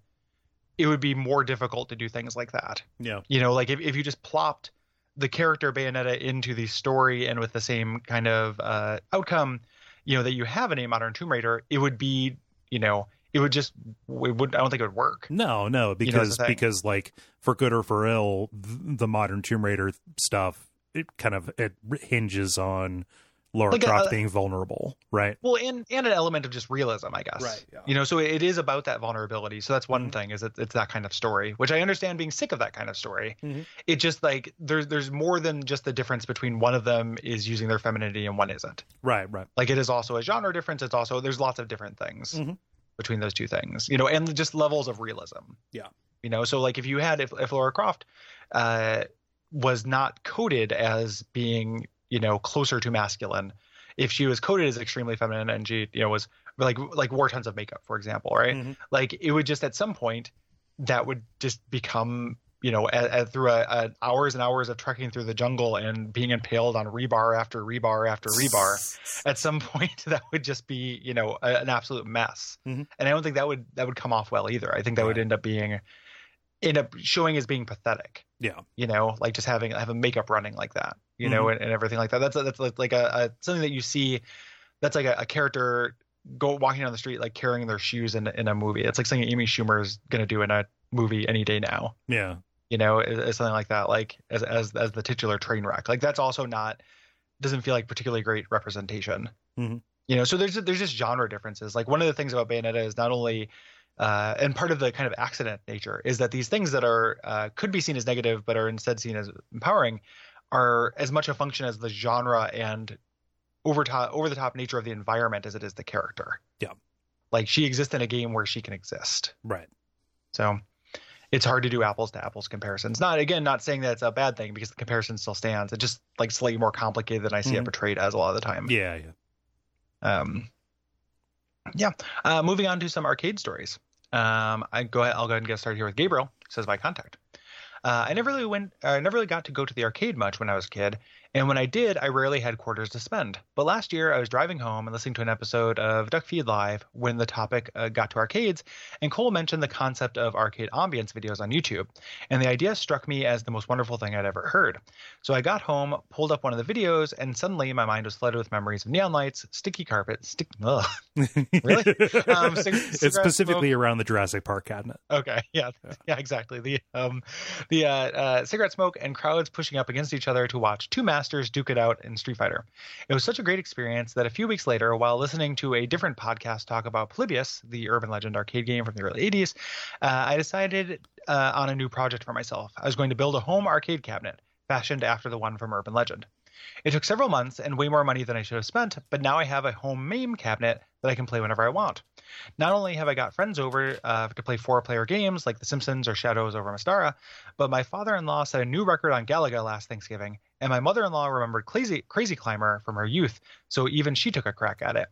Speaker 2: it would be more difficult to do things like that.
Speaker 1: yeah
Speaker 2: You know, like if, if you just plopped the character Bayonetta into the story and with the same kind of uh, outcome, you know, that you have in a modern Tomb Raider, it would be, you know, it would just, it would, I don't think it would work.
Speaker 1: no no
Speaker 2: the
Speaker 1: because
Speaker 2: thing.
Speaker 1: because like for good or for ill th- the modern tomb raider stuff it kind of it hinges on laura
Speaker 2: Like,
Speaker 1: croft
Speaker 2: uh,
Speaker 1: being vulnerable right
Speaker 2: Well, and and an element of just realism, I guess.
Speaker 1: Right, yeah.
Speaker 2: You know, so it is about that vulnerability. So that's one
Speaker 1: Mhm.
Speaker 2: thing is that it's that kind of story, which I understand being sick of that kind of story.
Speaker 1: Mhm.
Speaker 2: It just like there's there's more than just the difference between one of them is using their femininity and one isn't.
Speaker 1: right right
Speaker 2: Like it is also a genre difference. It's also there's lots of different things
Speaker 1: Mhm.
Speaker 2: between those two things. You know, and just levels of realism.
Speaker 1: Yeah.
Speaker 2: You know, so like if you had if if Laura Croft uh, was not coded as being you know closer to masculine if she was coded as extremely feminine and she you know was like like wore tons of makeup for example right
Speaker 1: Mhm.
Speaker 2: like it would just at some point that would just become you know a, a, through a, a hours and hours of trekking through the jungle and being impaled on rebar after rebar after rebar <laughs> at some point that would just be you know a, an absolute mess
Speaker 1: Mhm.
Speaker 2: and i don't think that would that would come off well either i think that would
Speaker 1: Right.
Speaker 2: end up being end up showing as being pathetic
Speaker 1: yeah Mm-hmm.
Speaker 2: you know, like just having having makeup running like that, you know, and, and everything like that. That's that's like, like a, a something that you see. That's like a, a character go walking down the street like carrying their shoes in in a movie. It's like something Amy Schumer is gonna do in a movie any day now,
Speaker 1: yeah
Speaker 2: you know, is, is something like that. Like as as as the titular train wreck. Like that's also not doesn't feel like particularly great representation.
Speaker 1: Mhm.
Speaker 2: You know, so there's there's just genre differences. Like one of the things about Bayonetta is not only uh, and part of the kind of accident nature is that these things that are uh, could be seen as negative but are instead seen as empowering are as much a function as the genre and over top over the top nature of the environment as it is the character.
Speaker 1: Yeah.
Speaker 2: Like she exists in a game where she can exist.
Speaker 1: right
Speaker 2: So it's hard to do apples to apples comparisons. Not again, not saying that it's a bad thing because the comparison still stands. It's just like slightly more complicated than I see
Speaker 1: Mhm.
Speaker 2: it portrayed as a lot of the time.
Speaker 1: yeah yeah
Speaker 2: Um, yeah. Uh, moving on to some arcade stories. Um, I go ahead. I'll go ahead and get started here with Gabriel. who Says by contact. Uh, Uh, I never really went. I never really got to go to the arcade much when I was a kid, and when I did, I rarely had quarters to spend. But last year, I was driving home and listening to an episode of Duck Feed Live when the topic uh, got to arcades, and Cole mentioned the concept of arcade ambience videos on YouTube, and the idea struck me as the most wonderful thing I'd ever heard. So I got home, pulled up one of the videos, and suddenly my mind was flooded with memories of neon lights, sticky carpet, stick. Ugh.
Speaker 1: <laughs>
Speaker 2: Really? Um, cig- cigarette
Speaker 1: it's specifically
Speaker 2: smoke.
Speaker 1: around the Jurassic Park cabinet.
Speaker 2: Okay, <laughs> yeah, yeah, exactly. The um, the uh, uh, cigarette smoke and crowds pushing up against each other to watch two masters duke it out in Street Fighter. It was such a great experience that a few weeks later, while listening to a different podcast talk about Polybius, the urban legend arcade game from the early '80s, uh, I decided uh, on a new project for myself. I was going to build a home arcade cabinet fashioned after the one from Urban Legend. It took several months and way more money than I should have spent, but now I have a home MAME cabinet that I can play whenever I want. Not only have I got friends over uh, to play four player games like The Simpsons or Shadows over Mistara, but my father in law set a new record on Galaga last Thanksgiving, and my mother in law remembered Crazy, Crazy Climber from her youth, so even she took a crack at it.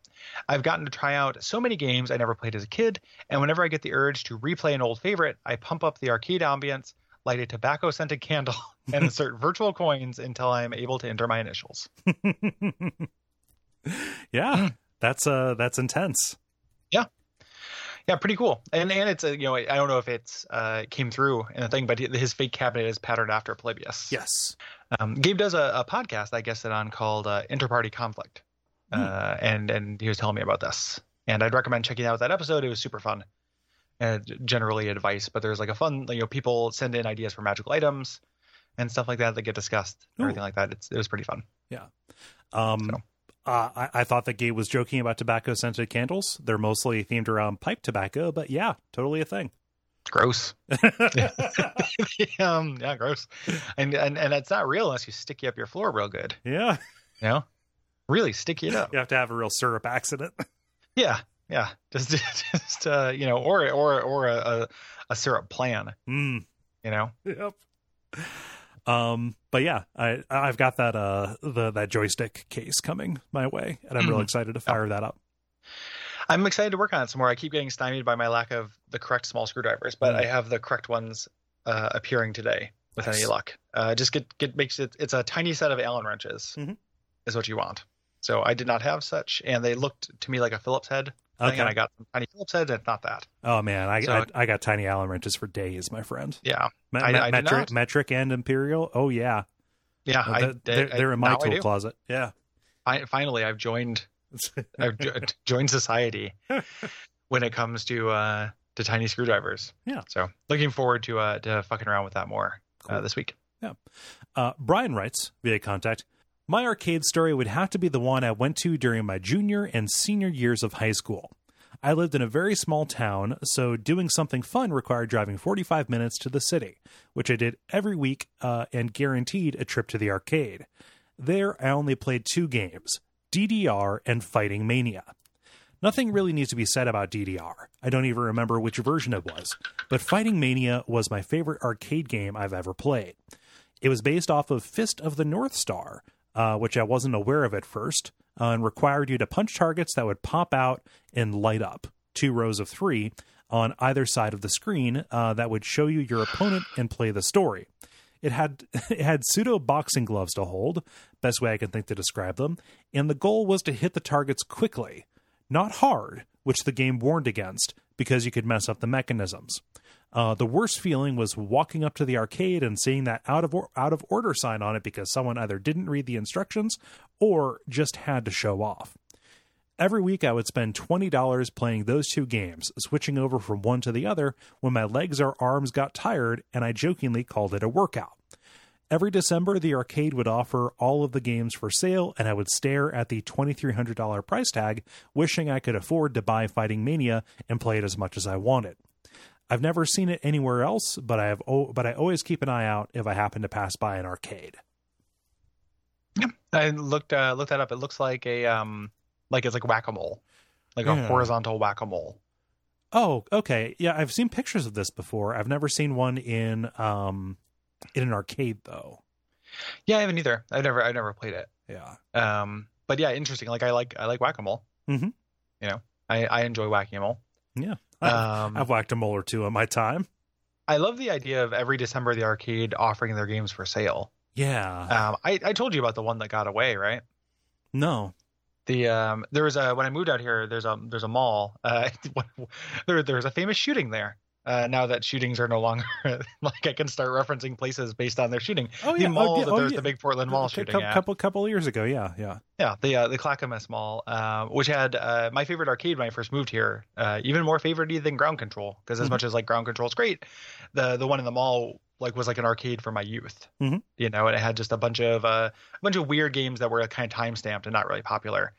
Speaker 2: I've gotten to try out so many games I never played as a kid, and whenever I get the urge to replay an old favorite, I pump up the arcade ambience, light a tobacco scented candle, <laughs> and insert virtual coins until I am able to enter my initials. Hmm.
Speaker 1: Yeah, that's uh, that's intense.
Speaker 2: Yeah, pretty cool. And and it's uh, you know I I don't know if it's uh came through in the thing, but his fake cabinet is patterned after Polybius.
Speaker 1: Yes.
Speaker 2: Um, Gabe does a, a podcast I guess it on called uh, Interparty Conflict, uh, and and he was telling me about this, and I'd recommend checking out that episode. It was super fun. And generally advice, but there's like a fun you know people send in ideas for magical items and stuff like that that get discussed and
Speaker 1: Ooh.
Speaker 2: everything like that. It's, it was pretty fun.
Speaker 1: Um,
Speaker 2: So.
Speaker 1: uh, I, I thought that Gabe was joking about tobacco scented candles. They're mostly themed around pipe tobacco, but yeah, totally a thing. <laughs>
Speaker 2: Gross. <laughs> um, yeah, gross. And, and and it's not real unless you sticky up your floor real good.
Speaker 1: yeah,
Speaker 2: You know, really sticky it up.
Speaker 1: you have to have a real syrup accident. <laughs>
Speaker 2: Yeah, yeah. <laughs> Just, just uh, you know, or or or a, a, a syrup plan.
Speaker 1: Mm,
Speaker 2: You know,
Speaker 1: yep. Um, but yeah, I I've got that uh the that joystick case coming my way, and I'm real
Speaker 2: Mhm.
Speaker 1: excited to fire that up.
Speaker 2: I'm excited to work on it some more. I keep getting stymied by my lack of the correct small screwdrivers, but
Speaker 1: Mm.
Speaker 2: I have the correct ones uh, appearing today with
Speaker 1: Nice.
Speaker 2: any luck. Uh, just get get makes it. It's a tiny set of Allen wrenches,
Speaker 1: Mhm.
Speaker 2: is what you want. So I did not have such, and they looked to me like a Phillips head thing,
Speaker 1: Okay.
Speaker 2: and I got some tiny Phillips heads. and It's not that.
Speaker 1: oh man, I,
Speaker 2: So-
Speaker 1: I I got tiny Allen wrenches for days, my friend.
Speaker 2: Yeah,
Speaker 1: Me-
Speaker 2: I-
Speaker 1: me-
Speaker 2: I did
Speaker 1: metric,
Speaker 2: not.
Speaker 1: metric and imperial. Oh yeah,
Speaker 2: yeah.
Speaker 1: Uh,
Speaker 2: I,
Speaker 1: they're, they're-
Speaker 2: I-
Speaker 1: they're in my
Speaker 2: now I
Speaker 1: tool
Speaker 2: do.
Speaker 1: closet. Yeah. <laughs>
Speaker 2: Fi- Finally, I've joined I've jo- <laughs>
Speaker 1: <laughs>
Speaker 2: joined society when it comes to uh, to tiny screwdrivers.
Speaker 1: Yeah.
Speaker 2: So looking forward to uh, to fucking around with that more uh,
Speaker 1: Cool.
Speaker 2: this week.
Speaker 1: Uh, Brian writes via contact My arcade story would have to be the one I went to during my junior and senior years of high school. I lived in a very small town, so doing something fun required driving 45 minutes to the city, which I did every week uh, and guaranteed a trip to the arcade. There, I only played two games DDR and Fighting Mania. Nothing really needs to be said about DDR. I don't even remember which version it was, but Fighting Mania was my favorite arcade game I've ever played. It was based off of Fist of the North Star, uh, which I wasn't aware of at first, uh, and required you to punch targets that would pop out and light up, two rows of three, on either side of the screen uh, that would show you your opponent and play the story. It had <laughs> it had pseudo boxing gloves to hold, best way I can think to describe them, and the goal was to hit the targets quickly, not hard, which the game warned against because you could mess up the mechanisms. Uh, the worst feeling was walking up to the arcade and seeing that out of or- out of order sign on it because someone either didn't read the instructions or just had to show off. Every week, I would spend $20 playing those two games, switching over from one to the other when my legs or arms got tired, and I jokingly called it a workout. Every December, the arcade would offer all of the games for sale, and I would stare at the $2,300 price tag, wishing I could afford to buy Fighting Mania and play it as much as I wanted. I've never seen it anywhere else, but I have. Oh, but I always keep an eye out if I happen to pass by an arcade.
Speaker 2: I looked uh, looked that up. It looks like a um like it's like whack a mole, like
Speaker 1: Yeah.
Speaker 2: a horizontal whack a mole.
Speaker 1: Oh, okay. Yeah, I've seen pictures of this before. I've never seen one in um in an arcade though.
Speaker 2: Yeah, I haven't either. I've never I've never played it.
Speaker 1: Yeah.
Speaker 2: Um, but yeah, interesting. Like I like I like whack a mole.
Speaker 1: Mhm.
Speaker 2: You know, I I enjoy whacking a mole.
Speaker 1: Yeah.
Speaker 2: Um,
Speaker 1: I've whacked a mole or two in my time.
Speaker 2: I love the idea of every December the arcade offering their games for sale.
Speaker 1: Yeah.
Speaker 2: Um, I, I told you about the one that got away, right?
Speaker 1: No.
Speaker 2: The um, there was a when I moved out here. There's a there's a mall. Uh, <laughs> there there was a famous shooting there. Uh, now that shootings are no longer <laughs> like I can start referencing places based on their shooting.
Speaker 1: Oh
Speaker 2: The
Speaker 1: yeah.
Speaker 2: mall
Speaker 1: oh, yeah.
Speaker 2: that
Speaker 1: oh,
Speaker 2: there's
Speaker 1: yeah.
Speaker 2: the big Portland mall shooting
Speaker 1: couple,
Speaker 2: at.
Speaker 1: couple couple years ago. Yeah. Yeah.
Speaker 2: Yeah, the uh, the Clackamas Mall, uh, which had uh, my favorite arcade when I first moved here. Uh, even more favorite than Ground Control, because as
Speaker 1: Mhm.
Speaker 2: much as like Ground Control's great, the the one in the mall like was like an arcade for my youth.
Speaker 1: Mhm.
Speaker 2: You know, and it had just a bunch of uh, a bunch of weird games that were kind of time stamped and not really popular,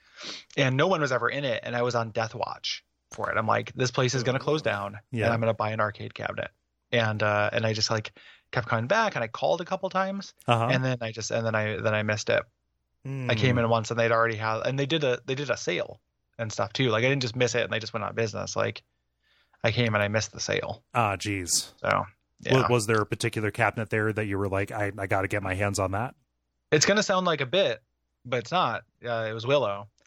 Speaker 2: and no one was ever in it. And I was on death watch for it. I'm like, this place is gonna close down,
Speaker 1: Yeah.
Speaker 2: and I'm gonna buy an arcade cabinet. And uh, and I just like kept coming back, and I called a couple times,
Speaker 1: Uh huh.
Speaker 2: and then I just and then I then I missed it. I
Speaker 1: Mm.
Speaker 2: came in once and they'd already had and they did a they did a sale and stuff too. Like I didn't just miss it and they just went out of business. Like I came and I missed the sale.
Speaker 1: Ah, jeez.
Speaker 2: So yeah.
Speaker 1: Wa- Was there a particular cabinet there that you were like, I, I got to get my hands on that?
Speaker 2: it's gonna sound like a bit, but it's not. Uh, it was Willow.
Speaker 1: <laughs>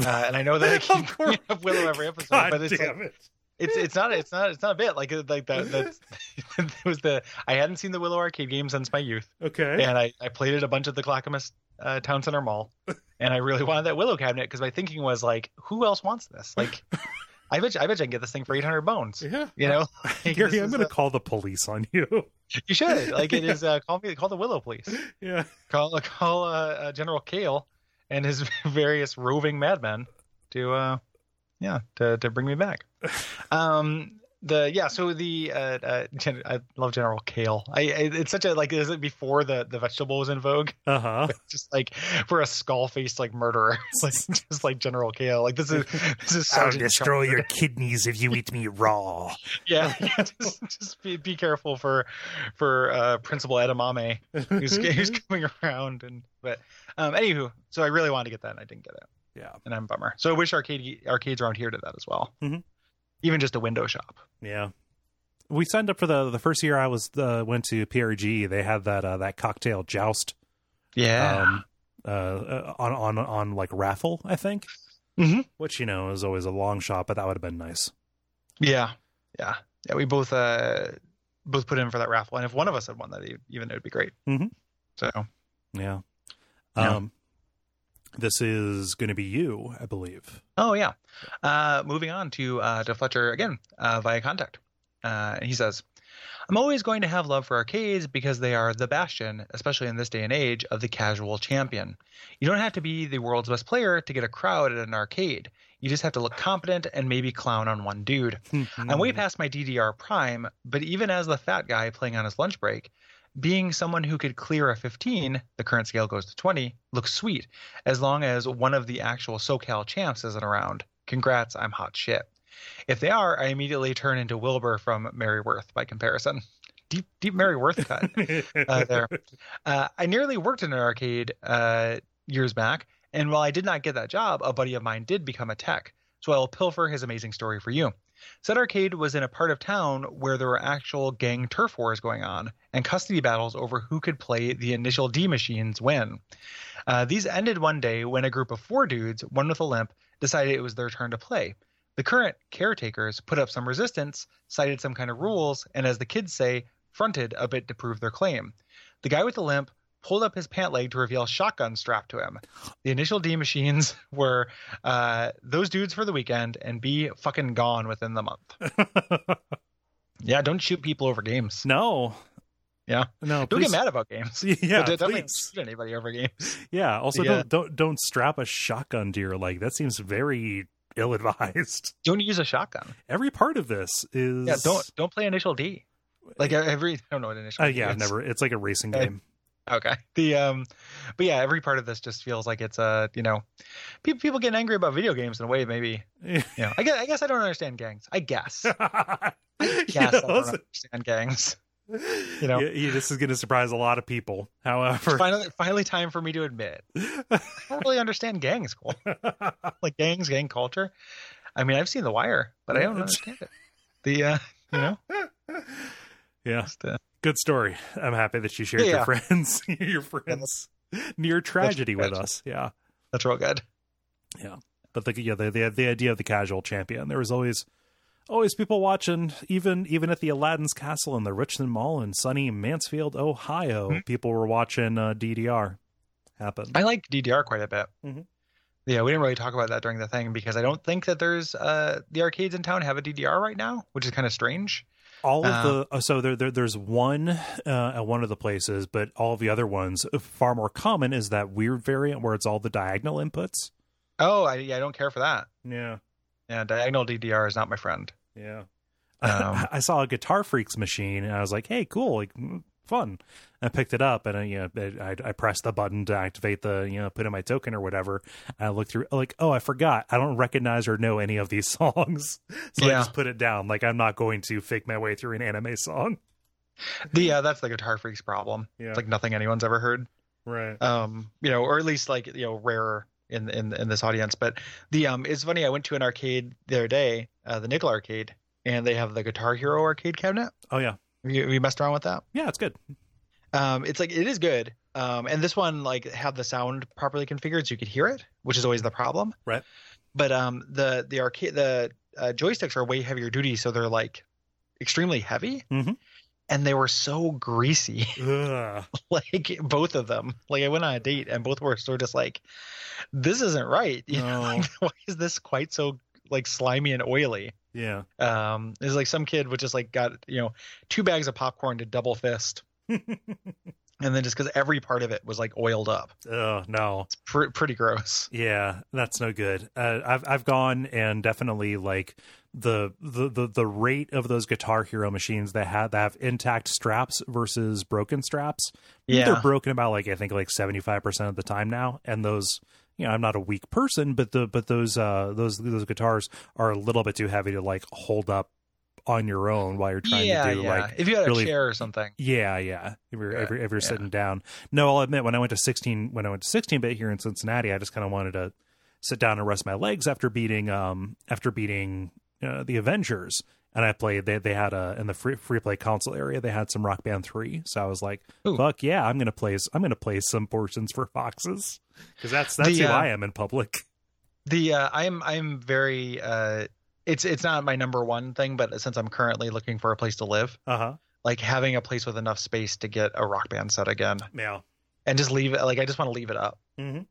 Speaker 2: Uh, and I know that I
Speaker 1: Of
Speaker 2: keep
Speaker 1: course.
Speaker 2: bringing up Willow every
Speaker 1: <laughs>
Speaker 2: episode,
Speaker 1: God
Speaker 2: but it's like,
Speaker 1: damn it.
Speaker 2: it's it's not it's not it's not a bit like it- like that.
Speaker 1: <laughs>
Speaker 2: That's, <laughs> it was the I hadn't seen the Willow arcade game since my youth,
Speaker 1: Okay.
Speaker 2: and I, I played it a bunch at the Clackamas uh, Town
Speaker 1: <laughs>
Speaker 2: Center Mall, and I really wanted that Willow cabinet because my thinking was like, who else wants this?
Speaker 1: <laughs>
Speaker 2: Like, I bet you, I bet you I can get this thing for 800 bones.
Speaker 1: Yeah. <laughs>
Speaker 2: You know, Like,
Speaker 1: Gary,
Speaker 2: this
Speaker 1: I'm
Speaker 2: is
Speaker 1: going to
Speaker 2: a-
Speaker 1: call the police on
Speaker 2: <laughs>
Speaker 1: you.
Speaker 2: you should like it
Speaker 1: <laughs>
Speaker 2: is. Uh, call me, call the Willow police.
Speaker 1: yeah.
Speaker 2: Call call uh, uh, General Kale and his <laughs> various roving madmen to uh, yeah, to to bring
Speaker 1: <laughs>
Speaker 2: me back. Um. The yeah, so the uh, uh Gen- I love General Kale. I, I it's such a like is it before the the vegetable was in vogue?
Speaker 1: Uh huh.
Speaker 2: <laughs> just like for a skull faced like murderer, <laughs> like just like General Kale. Like this is this is
Speaker 1: I'll
Speaker 2: Sergeant
Speaker 1: destroy
Speaker 2: Char-
Speaker 1: your kidneys if you eat me
Speaker 2: <laughs>
Speaker 1: raw. <laughs>
Speaker 2: Yeah, yeah, just, just be, be careful for for uh, Principal Edamame
Speaker 1: <laughs>
Speaker 2: who's who's coming around. And but um, anywho, so I really wanted to get that and I didn't get it,
Speaker 1: yeah.
Speaker 2: and I'm a bummer. So I wish arcade arcades around here did that as well.
Speaker 1: Mhm.
Speaker 2: Even just a window shop.
Speaker 1: Yeah. We signed up for the the first year I was uh, went to PRG. They had that uh, that cocktail joust um, uh, uh, on on on like raffle, I think.
Speaker 2: Mhm.
Speaker 1: Which you know is always a long shot, but that would have been nice.
Speaker 2: Yeah. Yeah. Yeah. We both uh both put in for that raffle, and if one of us had won that, e- even it would be great.
Speaker 1: Mhm.
Speaker 2: So
Speaker 1: Yeah.
Speaker 2: Yeah.
Speaker 1: Um, this is going to be you, I believe.
Speaker 2: Oh yeah. Uh, moving on to uh, to Fletcher again uh, via contact. Uh, and he says, "I'm always going to have love for arcades because they are the bastion, especially in this day and age, of the casual champion. You don't have to be the world's best player to get a crowd at an arcade. You just have to look competent and maybe clown on one dude. I'm
Speaker 1: Hmm.
Speaker 2: way past my DDR prime, but even as the fat guy playing on his lunch break, being someone who could clear a 15, the current scale goes to 20, looks sweet, as long as one of the actual SoCal champs isn't around. Congrats, I'm hot shit. If they are, I immediately turn into Wilbur from Mary Worth by comparison. Deep, deep Mary Worth cut
Speaker 1: <laughs>
Speaker 2: uh, there. Uh, I nearly worked in an arcade uh, years back, and while I did not get that job, a buddy of mine did become a tech. So I will pilfer his amazing story for you. Said arcade was in a part of town where there were actual gang turf wars going on and custody battles over who could play the initial D machines when. Uh, these ended one day when a group of four dudes, one with a limp, decided it was their turn to play. The current caretakers put up some resistance, cited some kind of rules, and as the kids say, fronted a bit to prove their claim. The guy with the limp pulled up his pant leg to reveal shotgun strapped to him. The initial D machines <laughs> were uh, those dudes for the weekend and be fucking gone within the month. Yeah, don't shoot people over games.
Speaker 1: no.
Speaker 2: Yeah.
Speaker 1: No.
Speaker 2: Don't
Speaker 1: please-
Speaker 2: get mad about games.
Speaker 1: <laughs> Yeah.
Speaker 2: Don't- don't
Speaker 1: please.
Speaker 2: shoot anybody over games.
Speaker 1: Yeah. Also,
Speaker 2: Yeah.
Speaker 1: don't don't don't strap a shotgun to your leg. That seems very ill advised.
Speaker 2: Don't use a shotgun.
Speaker 1: <laughs> Every part of this is
Speaker 2: Yeah, don't don't play initial D. Like every I don't know what initial
Speaker 1: Uh,
Speaker 2: D
Speaker 1: yeah,
Speaker 2: is.
Speaker 1: never. It's like a racing
Speaker 2: Uh,
Speaker 1: game. <laughs>
Speaker 2: Okay. The um but yeah, every part of this just feels like it's uh, you know, people people getting angry about video games in a
Speaker 1: <laughs>
Speaker 2: way maybe. You know, I guess I guess I don't understand gangs. I guess.
Speaker 1: <laughs> you,
Speaker 2: Yes, I
Speaker 1: know,
Speaker 2: don't
Speaker 1: <laughs>
Speaker 2: understand gangs.
Speaker 1: you
Speaker 2: know.
Speaker 1: you- this is going to surprise a lot of people. However,
Speaker 2: Finally, finally, time for me to admit, I don't really understand
Speaker 1: <laughs>
Speaker 2: gangs, Cole. Like gangs, gang culture. I mean, I've seen The Wire, but I don't understand it. The uh,
Speaker 1: <laughs>
Speaker 2: you know,
Speaker 1: yeah,
Speaker 2: just, uh,
Speaker 1: good story. I'm happy that you shared your
Speaker 2: Yeah,
Speaker 1: friends, <laughs> your friends near tragedy with
Speaker 2: tragedy.
Speaker 1: us. Yeah,
Speaker 2: that's real good.
Speaker 1: but the yeah the, the the idea of the casual champion. There was always Always people watching, even even at the Aladdin's Castle in the Richland Mall in sunny Mansfield, Ohio,
Speaker 2: Hmm.
Speaker 1: people were watching uh, DDR happen.
Speaker 2: I like DDR quite a bit.
Speaker 1: Mhm.
Speaker 2: Yeah, we didn't really talk about that during the thing because I don't think that there's uh, the arcades in town have a DDR right now, which is kind of strange.
Speaker 1: all of
Speaker 2: Uh,
Speaker 1: the oh, so there, there there's one uh, at one of the places, but all of the other ones far more common is that weird variant where it's all the diagonal inputs.
Speaker 2: Oh, I, yeah, I don't care for that.
Speaker 1: Yeah,
Speaker 2: Yeah, diagonal DDR is not my friend.
Speaker 1: yeah.
Speaker 2: Um,
Speaker 1: <laughs> I saw a Guitar Freaks machine, and I was like, "Hey, cool, like mm, fun." I picked it up, and I, you know, I, I pressed the button to activate the, you know, put in my token or whatever. And I looked through, like, "Oh, I forgot. I don't recognize or know any of these <laughs> songs." So I
Speaker 2: Yeah.
Speaker 1: just put it down. Like, I'm not going to fake my way through an anime song.
Speaker 2: The, yeah, that's the Guitar Freaks problem.
Speaker 1: Hmm. Yeah,
Speaker 2: It's like nothing anyone's ever heard.
Speaker 1: right.
Speaker 2: um you know or at least like you know rarer in in in this audience but the um it's funny i went to an arcade the other day uh, the nickel arcade and they have the guitar hero arcade cabinet
Speaker 1: Oh yeah,
Speaker 2: have you, have you messed around with that
Speaker 1: yeah, it's
Speaker 2: <laughs>
Speaker 1: good.
Speaker 2: um it's like it is good um and this one like had the sound properly configured so you could hear it which is always the problem
Speaker 1: Right.
Speaker 2: but um the the arcade the uh, joysticks are way heavier duty so they're like extremely heavy
Speaker 1: Mhm.
Speaker 2: and they were so greasy
Speaker 1: Ugh.
Speaker 2: <laughs> like both of them. Like I went on a date and both were sort of just like, this isn't right. <laughs> You
Speaker 1: No.
Speaker 2: know, like, why is this quite so like slimy and oily?
Speaker 1: Yeah.
Speaker 2: Um, it's like some kid would just like got you know two bags of popcorn to double
Speaker 1: <laughs>
Speaker 2: fist, and then just because every part of it was like oiled up,
Speaker 1: Oh no.
Speaker 2: it's pr- pretty gross.
Speaker 1: Yeah, that's no good. Uh, I've I've gone and definitely like the, the the the rate of those Guitar Hero machines that have that have intact straps versus broken straps. they're
Speaker 2: Yeah,
Speaker 1: broken about like I think like seventy five percent of the time now, and those. You know, I'm not a weak person, but the but those uh those those guitars are a little bit too heavy to like hold up on your own while you're trying
Speaker 2: yeah,
Speaker 1: to do
Speaker 2: yeah.
Speaker 1: like
Speaker 2: if you had
Speaker 1: really-
Speaker 2: a chair or something,
Speaker 1: Yeah, yeah. If you're, if
Speaker 2: Right,
Speaker 1: you're, if you're
Speaker 2: yeah.
Speaker 1: sitting down. No, I'll admit when I went to 16 when I went to 16 bit here in Cincinnati, I just kind of wanted to sit down and rest my legs after beating um after beating uh, the Avengers. And I played they they had a in the free free play console area, they had some Rock Band 3. So I was like,
Speaker 2: Ooh.
Speaker 1: "Fuck yeah, I'm going to play I'm going to play some portions for foxes." Cuz that's that's
Speaker 2: The,
Speaker 1: who
Speaker 2: uh,
Speaker 1: I am in public. <laughs>
Speaker 2: the uh, I'm I'm very uh, it's it's not my number one thing, but since I'm currently looking for a place to live,
Speaker 1: Uh-huh.
Speaker 2: like having a place with enough space to get a rock band set again
Speaker 1: Yeah.
Speaker 2: and just leave it like i just want to leave it up
Speaker 1: Mhm.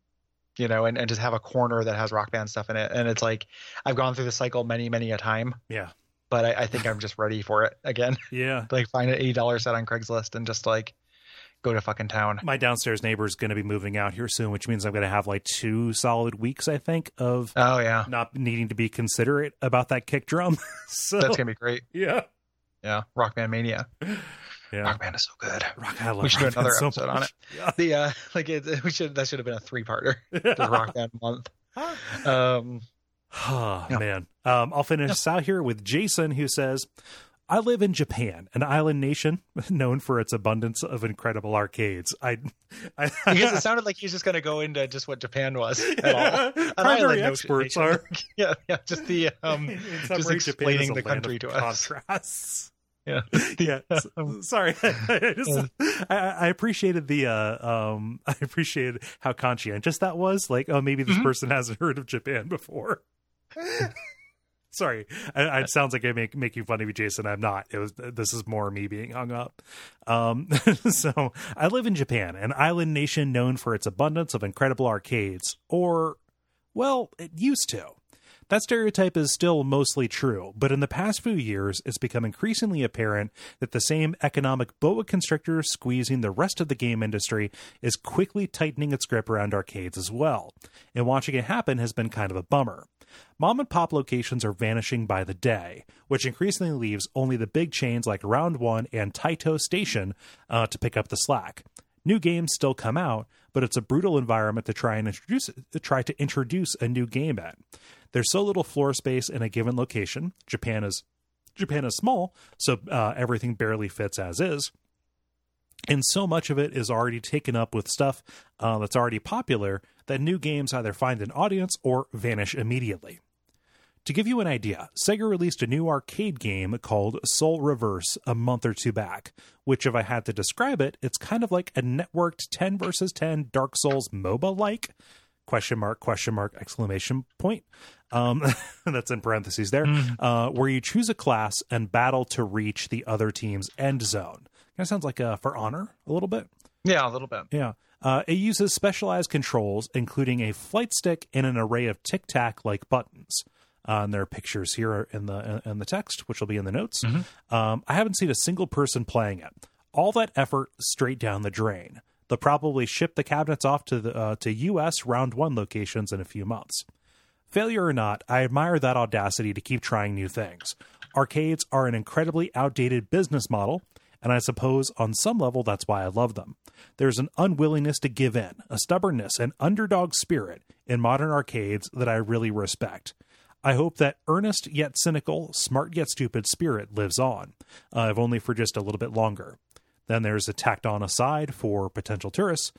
Speaker 2: you know and, and just have a corner that has rock band stuff in it and it's like i've gone through the cycle many many a time
Speaker 1: Yeah.
Speaker 2: but i, I think i'm just ready for it again <laughs>
Speaker 1: Yeah.
Speaker 2: like find an $80 set on craigslist and just like go to fucking town
Speaker 1: My downstairs neighbor is going to be moving out here soon, which means I'm going to have like two solid weeks, I think, of
Speaker 2: oh yeah
Speaker 1: not needing to be considerate about that kick drum. <laughs> so
Speaker 2: that's gonna be great
Speaker 1: yeah,
Speaker 2: yeah rock band mania
Speaker 1: yeah.
Speaker 2: rock band is so good
Speaker 1: Rock, I love
Speaker 2: Uh, we should do
Speaker 1: rock
Speaker 2: another
Speaker 1: bands so
Speaker 2: episode on it
Speaker 1: much. <laughs> Yeah.
Speaker 2: the uh <laughs> like it, we should that should have been a three-parter the
Speaker 1: <laughs>
Speaker 2: rock band month um
Speaker 1: Oh,
Speaker 2: Yeah.
Speaker 1: man. Um, I'll finish this out here with Jason, who says, I live in Japan, an island nation <laughs> known for its abundance of incredible arcades. I, <laughs> I, <laughs>
Speaker 2: because it sounded like he was just going to go into just what Japan was at all.
Speaker 1: primary
Speaker 2: island
Speaker 1: experts
Speaker 2: nation.
Speaker 1: are
Speaker 2: Yeah, yeah, just the
Speaker 1: <laughs>
Speaker 2: um,
Speaker 1: in summary,
Speaker 2: just
Speaker 1: Japan is
Speaker 2: explaining
Speaker 1: a
Speaker 2: the
Speaker 1: land
Speaker 2: country
Speaker 1: of
Speaker 2: to us.
Speaker 1: Contrasts.
Speaker 2: <laughs> Yeah.
Speaker 1: <laughs>
Speaker 2: Um,
Speaker 1: yeah. s- Sorry, <laughs> I, just- I, I appreciated the. Uh, um, <laughs> I appreciated how conscientious that was. Like, oh, maybe this
Speaker 2: Mhm.
Speaker 1: person hasn't heard of Japan
Speaker 2: <laughs>
Speaker 1: before. Sorry, I,
Speaker 2: Uh,
Speaker 1: I, it sounds like I make making fun of you, Jason. I'm not. It was this is more me being hung up. Um, <laughs> so I live in Japan, an island nation known for its abundance of incredible arcades, or well, it used to. That stereotype is still mostly true, but in the past few years, it's become increasingly apparent that the same economic boa constrictor squeezing the rest of the game industry is quickly tightening its grip around arcades as well. And watching it happen has been kind of a bummer. Mom and pop locations are vanishing by the day, which increasingly leaves only the big chains like Round One and Taito Station uh, to pick up the slack. New games still come out, but it's a brutal environment to try and introduce to try to introduce a new game at. There's so little floor space in a given location. Japan is Japan is small, so uh, everything barely fits as is. And so much of it is already taken up with stuff uh, that's already popular that new games either find an audience or vanish immediately. To give you an idea, Sega released a new arcade game called Soul Reverse a month or two back, which, if I had to describe it, it's kind of like a networked 10 versus 10 Dark Souls MOBA like. question mark question mark exclamation point um <laughs> that's in parentheses there
Speaker 2: Mhm.
Speaker 1: uh where you choose a class and battle to reach the other team's end zone kind of sounds like uh for honor a little bit
Speaker 2: Yeah, a little bit.
Speaker 1: yeah. Uh, it uses specialized controls, including a flight stick and an array of tic tac like buttons. Uh, and there are pictures here in the in the text, which will be in the notes. Um, I haven't seen a single person playing it. All that effort straight down the drain. They'll probably ship the cabinets off to the uh, to U.S. round one locations in a few months. Failure or not, I admire that audacity to keep trying new things. Arcades are an incredibly outdated business model, and I suppose on some level that's why I love them. There's an unwillingness to give in, a stubbornness, an underdog spirit in modern arcades that I really respect. I hope that earnest yet cynical, smart yet stupid spirit lives on, uh, if only for just a little bit longer. Then there's a tacked on aside for potential tourists.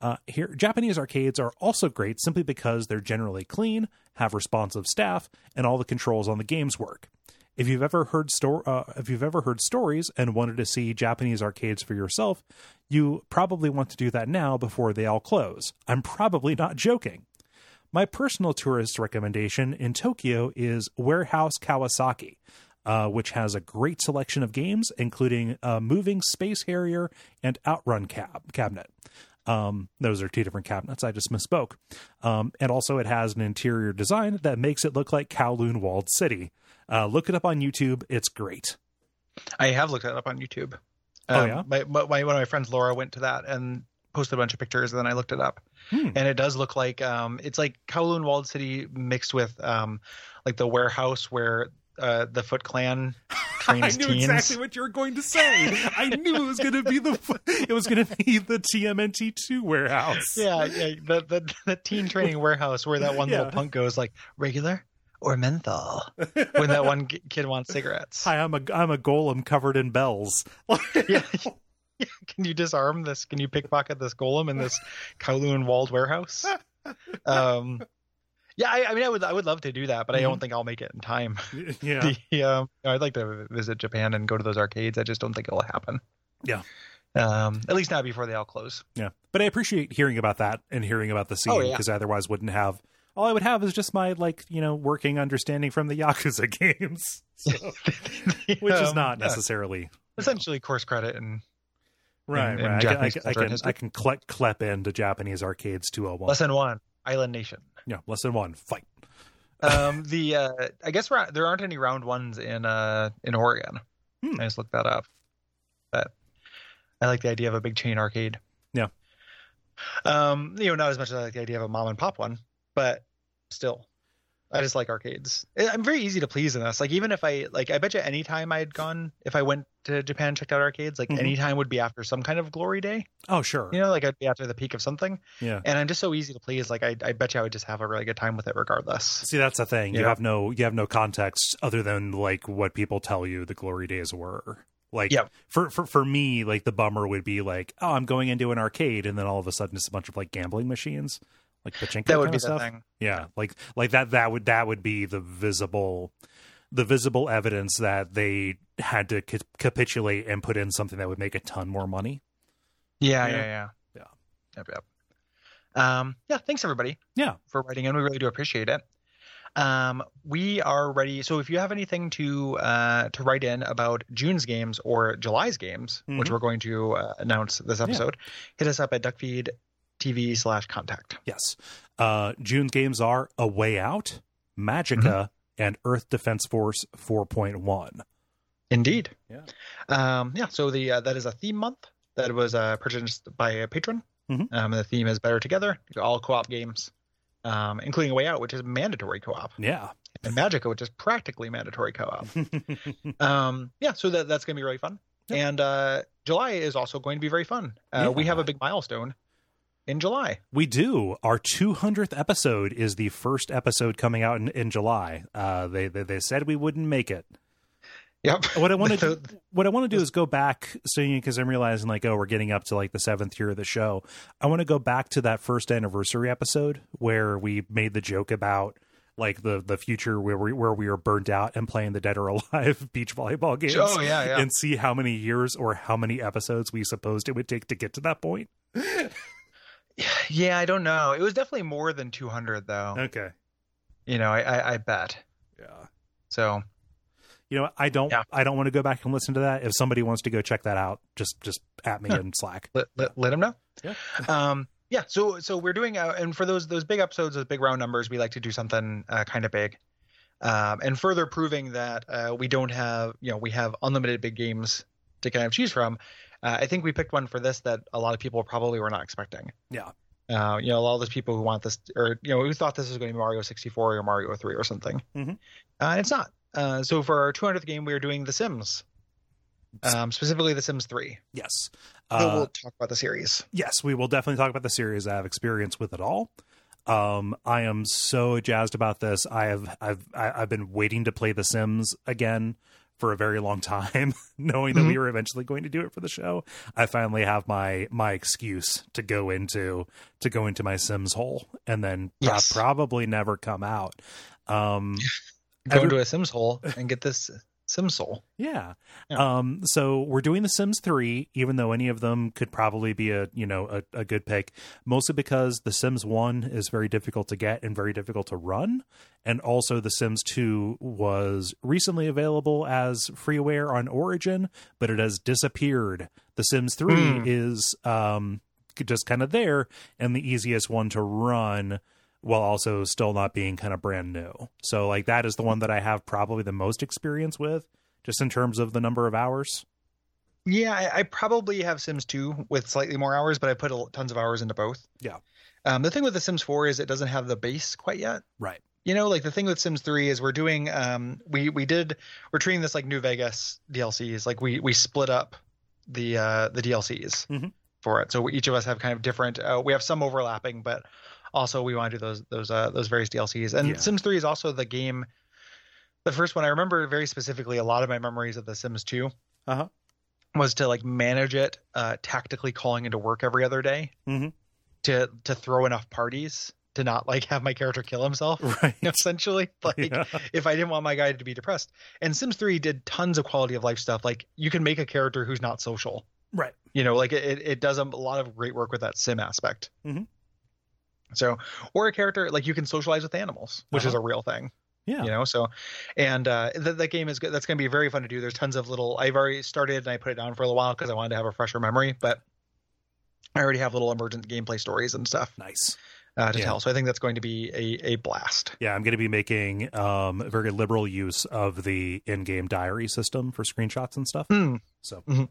Speaker 1: Uh, here, Japanese arcades are also great simply because they're generally clean, have responsive staff, and all the controls on the games work. If you've ever heard sto- uh, if you've ever heard stories and wanted to see Japanese arcades for yourself, you probably want to do that now before they all close. I'm probably not joking. My personal tourist recommendation in Tokyo is Warehouse Kawasaki, uh, which has a great selection of games, including uh, Moving Space Harrier and Outrun Cab- Cabinet. Um, those are two different cabinets. I just misspoke. Um, and also, it has an interior design that makes it look like Kowloon Walled City. Uh, look it up on YouTube. It's great.
Speaker 2: I have looked that up on YouTube. Um,
Speaker 1: Oh, yeah?
Speaker 2: My, my, my- one of my friends, Laura, went to that and posted a bunch of pictures, and then I looked it up.
Speaker 1: Hmm.
Speaker 2: And it does look like um, it's like Kowloon Walled City mixed with um, like the warehouse where uh, the Foot
Speaker 1: <laughs>
Speaker 2: Clan trains teens.
Speaker 1: what you were going to say. I knew it was going to be the it was going to be the TMNT two warehouse.
Speaker 2: <laughs> Yeah, yeah, the, the the teen training warehouse where that one
Speaker 1: Yeah.
Speaker 2: little punk goes like regular or menthol
Speaker 1: <laughs>
Speaker 2: when that one g- kid wants cigarettes.
Speaker 1: Hi, I'm a I'm a golem covered in bells. <laughs>
Speaker 2: Yeah. <laughs> Can you disarm this? Can you pickpocket this golem in this Kowloon
Speaker 1: <laughs>
Speaker 2: walled warehouse? Um, yeah, I, I mean, I would, I would love to do that, but I don't think I'll make it in time.
Speaker 1: Mm-hmm.
Speaker 2: <laughs>
Speaker 1: yeah.
Speaker 2: The, um, I'd like to visit Japan and go to those arcades. I just don't think it'll happen.
Speaker 1: Yeah.
Speaker 2: Um, at least not before they all close.
Speaker 1: Yeah. But I appreciate hearing about that and hearing about the scene
Speaker 2: Oh, yeah.
Speaker 1: because I otherwise wouldn't have all I would have is just my like, you know, working understanding from the <laughs> Yakuza games. <laughs> So, <laughs> which is
Speaker 2: Um,
Speaker 1: not
Speaker 2: yeah.
Speaker 1: necessarily
Speaker 2: Essentially, course credit and
Speaker 1: right.
Speaker 2: in
Speaker 1: right. I, can- I,
Speaker 2: Japanese
Speaker 1: can- I
Speaker 2: culture and
Speaker 1: can I
Speaker 2: history.
Speaker 1: can clep clep into Japanese arcades 201.
Speaker 2: lesson one, Island Nation.
Speaker 1: yeah, lesson one. Fight.
Speaker 2: um the uh i guess ra- there aren't any round ones in uh in oregon
Speaker 1: Hmm.
Speaker 2: i just looked that up but i like the idea of a big chain arcade
Speaker 1: Yeah.
Speaker 2: um you know not as much as i like the idea of a mom and pop one but still i just like arcades I- i'm very easy to please in this like even if i like i bet you any time i'd gone if i went to japan and checked out arcades like
Speaker 1: Mhm.
Speaker 2: any time would be after some kind of glory day
Speaker 1: Oh, sure.
Speaker 2: you know like i'd be after the peak of something
Speaker 1: Yeah.
Speaker 2: and i'm just so easy to please like i, I bet you i would just have a really good time with it regardless
Speaker 1: See, that's the thing. You
Speaker 2: Yeah.
Speaker 1: have no you have no context other than like what people tell you the glory days were. Like
Speaker 2: Yeah.
Speaker 1: for, for for me, like the bummer would be like, oh, I'm going into an arcade, and then all of a sudden it's a bunch of like gambling machines, like pachinko
Speaker 2: that would
Speaker 1: kind
Speaker 2: be
Speaker 1: of
Speaker 2: the
Speaker 1: stuff.
Speaker 2: thing
Speaker 1: Yeah, like like that that would that would be the visible the visible evidence that they had to ca- capitulate and put in something that would make a ton more money.
Speaker 2: Yeah,
Speaker 1: Yeah.
Speaker 2: yeah, yeah.
Speaker 1: Yeah.
Speaker 2: Yep, yep. Um, yeah, thanks everybody.
Speaker 1: Yeah.
Speaker 2: For writing in. We really do appreciate it. Um, we are ready. So if you have anything to uh, to write in about June's games or July's games, which
Speaker 1: Mhm.
Speaker 2: we're going to uh, announce this episode, hit us up at duckfeedtv slash contact.
Speaker 1: Yes, uh, June's games are A Way Out, Magica,
Speaker 2: Mm-hmm.
Speaker 1: and Earth Defense Force 4.1.
Speaker 2: Indeed.
Speaker 1: Yeah.
Speaker 2: Um, yeah. So the uh, that is a theme month that was uh, purchased by a patron.
Speaker 1: Mhm.
Speaker 2: Um, the theme is better together. All co-op games, um, including a way out, which is mandatory co-op.
Speaker 1: Yeah. <laughs>
Speaker 2: and Magica, which is practically mandatory co-op. Um, yeah, so that, that's going to be really fun. And uh, July is also going to be very fun. Uh, We have
Speaker 1: Yeah.
Speaker 2: a big milestone in July.
Speaker 1: We do. Our 200th episode is the first episode coming out in, in July. Uh, they, they they said we wouldn't make it.
Speaker 2: <laughs> Yep.
Speaker 1: What I want to do, what I want to do is go back, so because I'm realizing like, oh, we're getting up to like the seventh year of the show. I want to go back to that first anniversary episode where we made the joke about like the the future where we where we were burnt out and playing the dead or alive <laughs> beach volleyball games.
Speaker 2: Oh yeah, yeah.
Speaker 1: And see how many years or how many episodes we supposed it would take to get to that point.
Speaker 2: Yeah, I don't know. It was definitely more than 200, though.
Speaker 1: Okay.
Speaker 2: You know, I, I, I bet.
Speaker 1: Yeah.
Speaker 2: So
Speaker 1: You know, I don't
Speaker 2: Yeah.
Speaker 1: I don't want to go back and listen to that. If somebody wants to go check that out, just just at me
Speaker 2: Sure.
Speaker 1: in Slack.
Speaker 2: let let, let him know.
Speaker 1: Yeah.
Speaker 2: um yeah so so we're doing uh, and for those those big episodes those big round numbers we like to do something uh, kind of big um and further proving that uh we don't have you know we have unlimited big games to kind of choose from uh, i think we picked one for this that a lot of people probably were not expecting
Speaker 1: Yeah.
Speaker 2: uh, you know, a lot of those people who want this, or you know, who thought this was going to be Mario 64 or Mario 3 or something,
Speaker 1: Mhm.
Speaker 2: uh, and it's not. Uh, so for our 200th game, we are doing The Sims, um, specifically The Sims 3.
Speaker 1: Yes.
Speaker 2: Though
Speaker 1: Uh,
Speaker 2: we'll talk about the series.
Speaker 1: yes, we will definitely talk about the series. I have experience with it all. Um, I am so jazzed about this. I have I've I- I've been waiting to play The Sims again for a very long time, <laughs> knowing
Speaker 2: Mm-hmm.
Speaker 1: that we were eventually going to do it for the show. I finally have my my excuse to go into to go into my Sims hole and then pro-
Speaker 2: Yes.
Speaker 1: probably never come out. Um,
Speaker 2: go
Speaker 1: Every-
Speaker 2: into a Sims hole and get this Sim soul.
Speaker 1: Yeah.
Speaker 2: Yeah.
Speaker 1: Um, so we're doing The Sims 3, even though any of them could probably be a you know a, a good pick, mostly because The Sims 1 is very difficult to get and very difficult to run, and also The Sims 2 was recently available as freeware on Origin, but it has disappeared. The Sims 3
Speaker 2: Hmm.
Speaker 1: is um just kind of there and the easiest one to run while also still not being kind of brand new. So like that is the one that I have probably the most experience with just in terms of the number of hours. <laughs>
Speaker 2: Yeah, I, I probably have Sims 2 with slightly more hours, but I put a, l- tons of hours into both.
Speaker 1: Yeah.
Speaker 2: Um, the thing with the Sims 4 is it doesn't have the base quite yet.
Speaker 1: Right.
Speaker 2: You know, like the thing with Sims 3 is we're doing um we we did we're treating this like New Vegas DLCs. Like we we split up the uh the DLCs
Speaker 1: Mhm.
Speaker 2: for it. So each of us have kind of different uh, we have some overlapping, but also we want to do those those uh those various DLCs. And
Speaker 1: Yeah.
Speaker 2: Sims 3 is also the game the first one I remember very specifically a lot of my memories of the Sims 2
Speaker 1: Uh-huh.
Speaker 2: was to like manage it uh tactically calling into work every other day
Speaker 1: Mhm.
Speaker 2: to to throw enough parties to not like have my character kill himself
Speaker 1: Right.
Speaker 2: <laughs> essentially like
Speaker 1: Yeah.
Speaker 2: if i didn't want my guy to be depressed and sims 3 did tons of quality of life stuff like you can make a character who's not social
Speaker 1: Right.
Speaker 2: you know like it, it does a lot of great work with that sim aspect
Speaker 1: Mhm.
Speaker 2: so or a character like you can socialize with animals which is
Speaker 1: Uh-huh.
Speaker 2: a real thing
Speaker 1: Yeah.
Speaker 2: you know so and uh th- that game is good that's going to be very fun to do there's tons of little i've already started and i put it down for a little while because i wanted to have a fresher memory but i already have little emergent gameplay stories and stuff
Speaker 1: Nice.
Speaker 2: uh, to
Speaker 1: Yeah.
Speaker 2: tell so i think that's going to be a, a blast
Speaker 1: Yeah, I'm going to be making um, very liberal use of the in-game diary system for screenshots and stuff.
Speaker 2: Hmm.
Speaker 1: So,
Speaker 2: Mhm.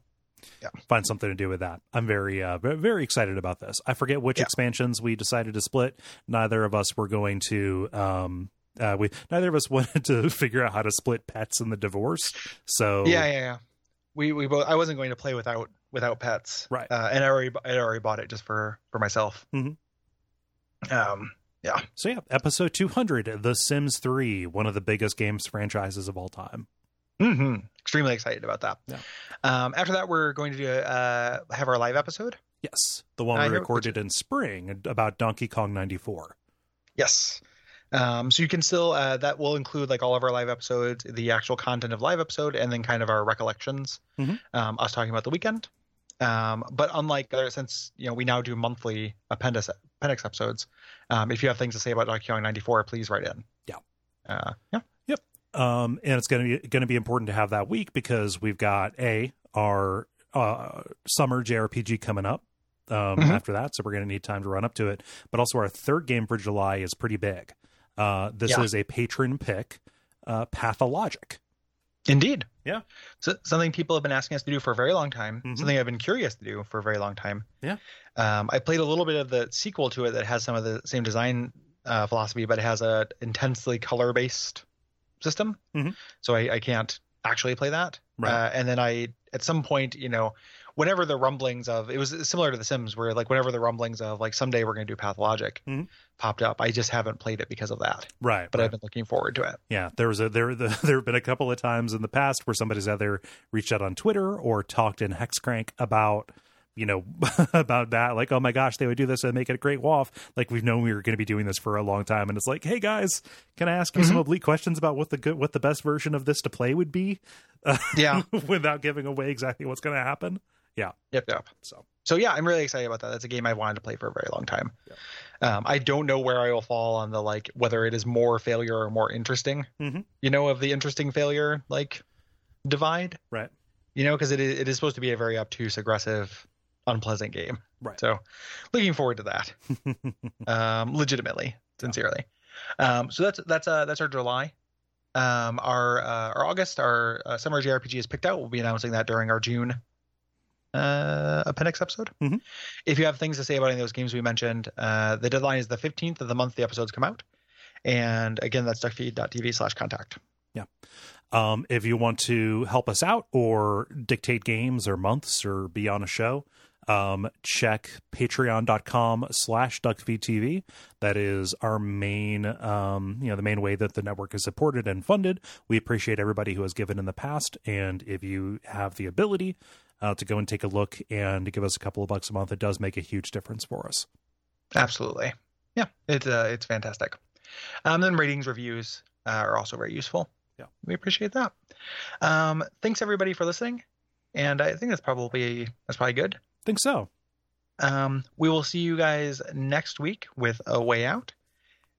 Speaker 2: Yeah.
Speaker 1: find something to do with that. I'm very, uh, ve- very excited about this. I forget which
Speaker 2: Yeah.
Speaker 1: expansions we decided to split. Neither of us were going to. Um, uh, we neither of us <laughs> wanted to figure out how to split pets in the divorce. So
Speaker 2: Yeah, yeah, yeah. We we both. I wasn't going to play without without pets,
Speaker 1: Right.
Speaker 2: Uh, and I already bu- I already bought it just for for myself.
Speaker 1: Mhm.
Speaker 2: Um,
Speaker 1: so yeah, episode 200, The Sims 3, one of the biggest games franchises of all time.
Speaker 2: hmm extremely excited about that.
Speaker 1: Yeah.
Speaker 2: Um, after that, we're going to do, uh have our live episode.
Speaker 1: Yes, the one
Speaker 2: I
Speaker 1: we
Speaker 2: heard-
Speaker 1: recorded in spring about Donkey Kong 94.
Speaker 2: Yes. Um, so you can still uh, that will include like all of our live episodes, the actual content of live episode, and then kind of our recollections,
Speaker 1: Mhm.
Speaker 2: um, us talking about the weekend. Um, but unlike other, since you know we now do monthly appendix appendix episodes, um, if you have things to say about Donkey Kong '94, please write in.
Speaker 1: Yeah.
Speaker 2: Uh, yeah.
Speaker 1: um, and it's going to be going to be important to have that week because we've got a our uh, summer JRPG coming up um,
Speaker 2: Mhm.
Speaker 1: after that, so we're going to need time to run up to it. But also, our third game for July is pretty big. Uh, this
Speaker 2: Yeah.
Speaker 1: is a patron pick, uh, Pathologic.
Speaker 2: Indeed.
Speaker 1: Yeah.
Speaker 2: So, something people have been asking us to do for a very long time.
Speaker 1: Mhm.
Speaker 2: Something I've been curious to do for a very long time.
Speaker 1: Yeah.
Speaker 2: Um, I played a little bit of the sequel to it that has some of the same design uh, philosophy, but it has a intensely color based system.
Speaker 1: Mhm.
Speaker 2: So I, I can't actually play that.
Speaker 1: Right.
Speaker 2: Uh, and then I, at some point, you know, whenever the rumblings of it was similar to The Sims, where like whenever the rumblings of like someday we're going to do Pathologic
Speaker 1: Mhm.
Speaker 2: popped up, I just haven't played it because of that.
Speaker 1: Right,
Speaker 2: But
Speaker 1: right.
Speaker 2: I've been looking forward to it.
Speaker 1: yeah. There was a there <laughs> the, there have been a couple of times in the past where somebody's either reached out on Twitter or talked in Hexcrank about you know <laughs> about that like oh my gosh they would do this and make it a great waff like we've known we were going to be doing this for a long time and it's like hey guys can i ask you some oblique questions about what the good what the best version of this to play would be <laughs>
Speaker 2: Yeah.
Speaker 1: without giving away exactly what's going to happen <laughs>
Speaker 2: yep. Yep.
Speaker 1: so
Speaker 2: so yeah, I'm really excited about that. That's a game I wanted to play for a very long time. Um, I don't know where I will fall on the like whether it is more failure or more interesting.
Speaker 1: Mhm.
Speaker 2: You know, of the interesting failure like divide.
Speaker 1: Right.
Speaker 2: You know, because it is, it is supposed to be a very obtuse, aggressive, unpleasant game.
Speaker 1: Right.
Speaker 2: So, looking forward to that. um, legitimately, sincerely. Um, so that's that's uh that's our July. Um, our uh, our August, our uh, summer JRPG is picked out. We'll be announcing that during our June uh, appendix episode.
Speaker 1: Mhm.
Speaker 2: If you have things to say about any of those games we mentioned, uh, the deadline is the 15th of the month the episodes come out. And again, that's duckfeed.tv slash contact.
Speaker 1: Um, if you want to help us out or dictate games or months or be on a show, um, check patreon.com slash duckfeedtv. That is our main, um, you know, the main way that the network is supported and funded. We appreciate everybody who has given in the past. And if you have the ability uh, to go and take a look and give us a couple of bucks a month, it does make a huge difference for us.
Speaker 2: Absolutely. Yeah, it's uh, it's fantastic. Um, then ratings reviews uh, are also very useful.
Speaker 1: Yeah.
Speaker 2: we appreciate that. Um, thanks everybody for listening, and I think that's probably that's probably good.
Speaker 1: Think so.
Speaker 2: Um, we will see you guys next week with a way out.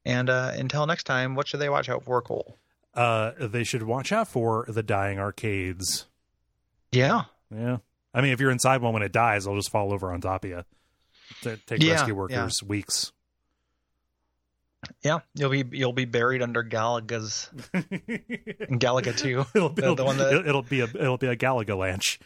Speaker 2: And uh, until next time, what should they watch out for, Cole?
Speaker 1: Uh, they should watch out for the dying arcades.
Speaker 2: Yeah,
Speaker 1: Yeah. I mean, if you're inside one when it dies, it'll just fall over on top of you. Ta- take
Speaker 2: Yeah,
Speaker 1: rescue
Speaker 2: yeah.
Speaker 1: workers
Speaker 2: <laughs>
Speaker 1: weeks.
Speaker 2: yeah, you'll be you'll be buried under Galaga's
Speaker 1: it'll,
Speaker 2: Galaga too.
Speaker 1: it'll,
Speaker 2: the one that-
Speaker 1: it'll- it'll be a it'll be a Galaga lanch.